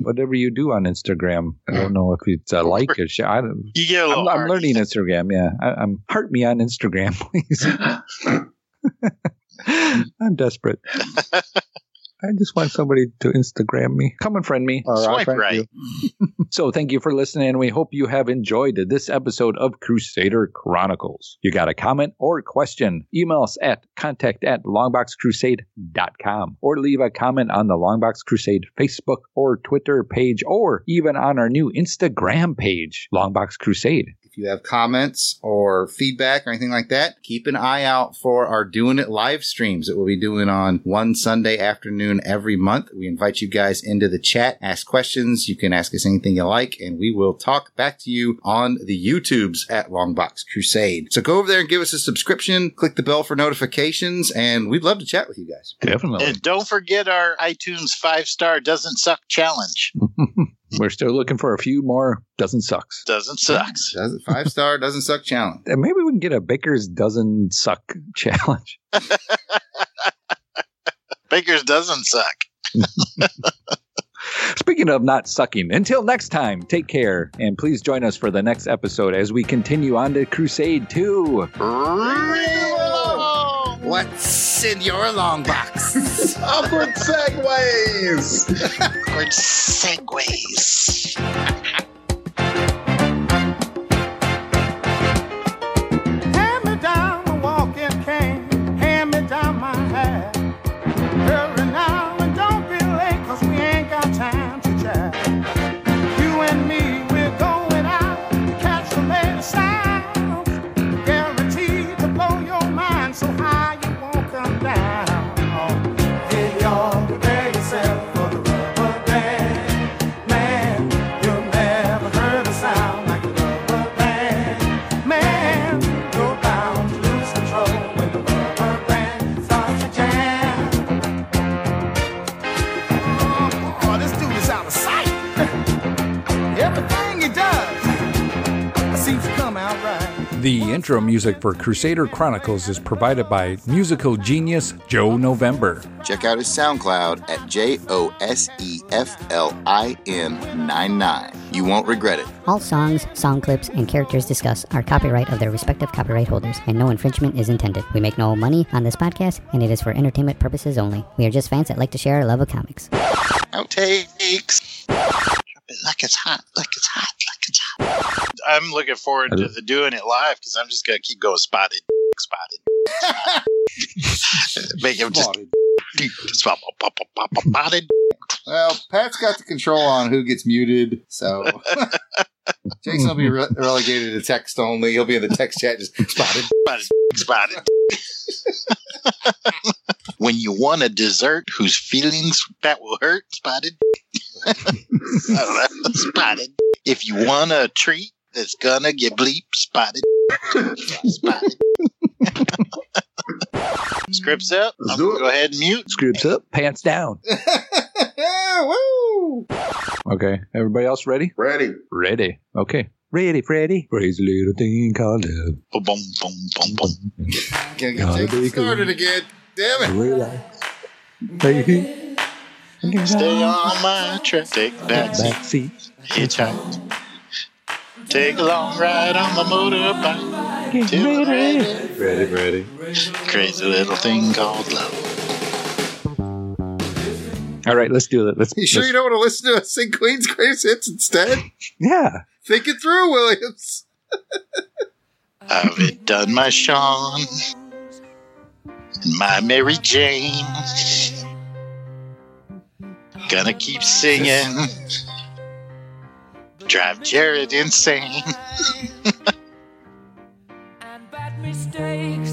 Speaker 2: whatever you do on Instagram. I don't know if it's a like or share. I don't,
Speaker 6: You get a
Speaker 2: I'm,
Speaker 6: little
Speaker 2: I'm
Speaker 6: heart.
Speaker 2: learning Instagram. Yeah, I, I'm heart me on Instagram, please. I'm desperate. I just want somebody to Instagram me. Come and friend me. or I'll
Speaker 6: Swipe
Speaker 2: friend
Speaker 6: right.
Speaker 2: you. so thank you for listening, and we hope you have enjoyed this episode of Crusader Chronicles. You got a comment or question? Email us at contact at longboxcrusade.com or leave a comment on the Longbox Crusade Facebook or Twitter page or even on our new Instagram page, Longbox Crusade.
Speaker 4: If you have comments or feedback or anything like that, keep an eye out for our Doing It live streams that we'll be doing on one Sunday afternoon every month. We invite you guys into the chat, ask questions. You can ask us anything you like, and we will talk back to you on the YouTubes at Longbox Crusade. So go over there and give us a subscription, click the bell for notifications, and we'd love to chat with you guys.
Speaker 2: Definitely.
Speaker 6: And don't forget our iTunes five star doesn't suck challenge.
Speaker 2: We're still looking for a few more doesn't sucks.
Speaker 6: Doesn't sucks.
Speaker 4: Doesn't five star doesn't suck challenge.
Speaker 2: And Maybe we can get a baker's dozen suck challenge.
Speaker 6: Baker's doesn't suck.
Speaker 2: Speaking of not sucking, until next time, take care and please join us for the next episode as we continue on to Crusade 2.
Speaker 6: Reload.
Speaker 4: What's in your Longbox?
Speaker 5: Awkward segues.
Speaker 6: Awkward segues.
Speaker 10: Hand me down a walking cane, hand me down my hat. Hurry now and don't be late, cause we ain't got time to chat. You and me, we're going out to catch the latest sounds. Guaranteed to blow your mind so high you won't come down. Get y'all prepare yourself for the rubber band. Man, you'll never heard a sound like the rubber band. Man, you're bound to lose control when the rubber band starts to jam. Oh, this dude is out of sight. Everything he does seems to come out right.
Speaker 12: The intro music for Crusader Chronicles is provided by musical genius Joe November.
Speaker 4: Check out his SoundCloud at J O S E F L I N 99. You won't regret it.
Speaker 13: All songs, song clips, and characters discussed are copyright of their respective copyright holders, and no infringement is intended. We make no money on this podcast, and it is for entertainment purposes only. We are just fans that like to share our love of comics.
Speaker 6: Outtakes. Drop it like it's hot, like it's hot, like it's hot. I'm looking forward to the doing it live because I'm just gonna keep going spotted, spotted. Make him just spot- pop- pop- pop- pop- spotted.
Speaker 4: Well, Pat's got the control on who gets muted, so Jason will be re- relegated to text only. He'll be in the text chat just spotted.
Speaker 6: Spotted, spotted. when you want a dessert whose feelings that will hurt, spotted. I don't know, spotted. If you want a treat that's gonna get bleep, spotted. spotted. Scripts up.
Speaker 5: Let's
Speaker 6: I'm
Speaker 5: do
Speaker 6: gonna
Speaker 5: it.
Speaker 6: go ahead and mute.
Speaker 2: Scoops up, pants down.
Speaker 4: Woo!
Speaker 2: Okay, everybody else ready?
Speaker 5: Ready.
Speaker 2: Ready. Okay. Ready, Freddy. Praise the little thing called love.
Speaker 6: Boom, boom, boom, boom, boom.
Speaker 4: Gonna get
Speaker 2: Gotta
Speaker 4: Jake
Speaker 2: be cool.
Speaker 4: started again. Damn it.
Speaker 2: Baby,
Speaker 6: Stay on my track. Take that seat.
Speaker 2: back seat.
Speaker 6: Hitchhike. Take a long ride on the motorbike.
Speaker 2: Get
Speaker 6: Till
Speaker 2: ready.
Speaker 6: ready.
Speaker 4: Ready, ready.
Speaker 6: Crazy little thing called love.
Speaker 2: All right, let's do it. Let's.
Speaker 4: You sure you don't want to listen to us sing Queen's Greatest Hits instead?
Speaker 2: Yeah.
Speaker 4: Think it through, Williams.
Speaker 6: I've done my Sean. and My Mary Jane. Gonna keep singing. Drive Jared insane.
Speaker 10: and bad mistakes.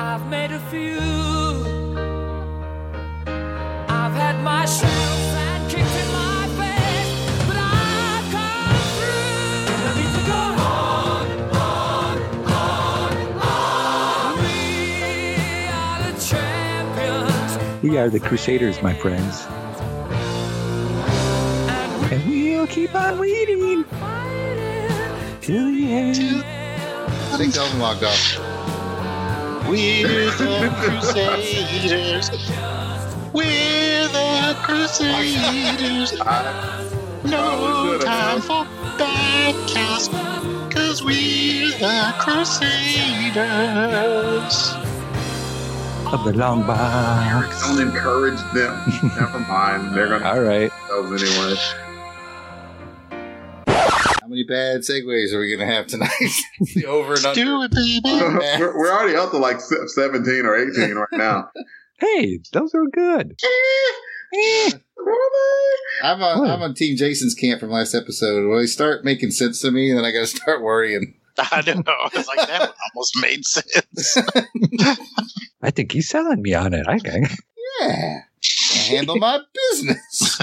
Speaker 10: I've made a few. I've had my shouts and kicks in my face, but I've come through. I need to go on, on, on, on. We are the champions,
Speaker 2: We are the Crusaders, my friends.
Speaker 10: and we
Speaker 2: And we'll keep on reading.
Speaker 10: fighting.
Speaker 2: Till the end.
Speaker 4: I think Delvin logged off.
Speaker 6: We're the Crusaders. We're the Crusaders. No time for backcast, cause we're the Crusaders.
Speaker 2: Of the long box.
Speaker 5: Don't encourage them. Never mind. They're gonna
Speaker 2: All right.
Speaker 5: themselves anyway.
Speaker 4: How many bad segues are we going to have tonight? the over and under.
Speaker 6: Do it, baby.
Speaker 5: we're, we're already up to like se- 17 or 18 right now.
Speaker 2: Hey, those are good.
Speaker 4: I'm on, I'm on Team uh, Jason's camp from last episode. Well, they start making sense to me, and then I got to start worrying.
Speaker 6: I don't know. I was like, that one almost made sense.
Speaker 2: I think he's selling me on it. I can
Speaker 4: Yeah. I handle my business.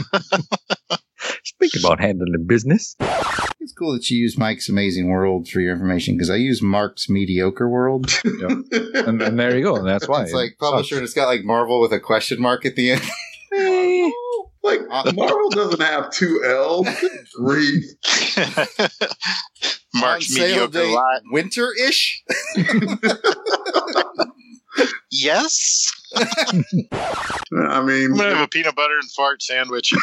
Speaker 2: speak about handling business.
Speaker 4: It's cool that you use Mike's Amazing World for your information because I use Mark's Mediocre World.
Speaker 2: And, and there you go. And that's why. Oh.
Speaker 4: It's like publisher, and it's got like Marvel with a question mark at the end.
Speaker 2: Eh,
Speaker 5: Like, Marvel doesn't have two L's. Good grief.
Speaker 4: On
Speaker 6: March
Speaker 4: sale
Speaker 6: mediocre
Speaker 4: date,
Speaker 6: lot.
Speaker 4: Winter-ish.
Speaker 6: Yes.
Speaker 5: I mean,
Speaker 6: I'm gonna have a peanut butter and fart sandwich.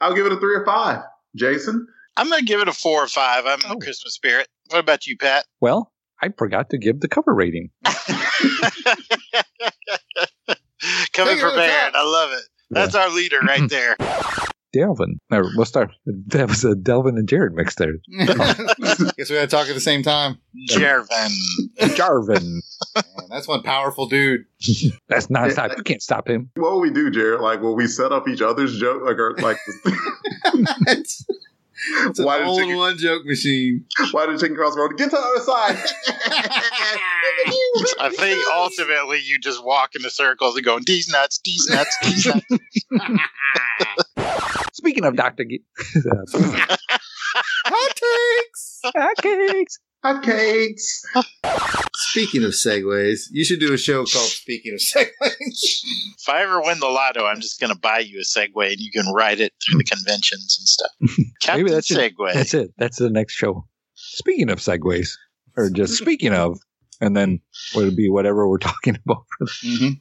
Speaker 5: I'll give it a three or five. Jason?
Speaker 6: I'm gonna give it a four or five. I'm in the Christmas spirit. What about you, Pat?
Speaker 2: Well, I forgot to give the cover rating.
Speaker 6: Coming
Speaker 4: Take it to the
Speaker 6: prepared.
Speaker 4: top.
Speaker 6: I love it. That's our leader right there.
Speaker 2: Delvin. Or we'll start. That was a Delvin and Jared mix there.
Speaker 4: Guess we had to talk at the same time.
Speaker 6: Jervin.
Speaker 2: Jarvin.
Speaker 4: Man, that's one powerful dude.
Speaker 2: That's nonstop. You can't stop him.
Speaker 5: What will we do, Jared? Like, will we set up each other's joke? Like, or, like
Speaker 4: it's it's
Speaker 5: Why
Speaker 4: an
Speaker 5: did
Speaker 4: old
Speaker 5: you-
Speaker 4: one joke machine.
Speaker 5: why did Chicken Cross the Road get to the other side?
Speaker 6: I think ultimately you just walk in the circles and going, these nuts, these nuts, these nuts.
Speaker 2: Speaking of Dr. G-
Speaker 4: Hot takes.
Speaker 2: Hotcakes.
Speaker 5: Hotcakes.
Speaker 4: Speaking of segues, you should do a show called Speaking of Segues.
Speaker 6: If I ever win the lotto, I'm just going to buy you a Segway and you can ride it through the conventions and stuff. Captain
Speaker 2: Maybe that's it.
Speaker 6: Segway.
Speaker 2: That's it. That's the next show. Speaking of segues, or just speaking of, and then would it be whatever we're talking about?
Speaker 4: Mhm.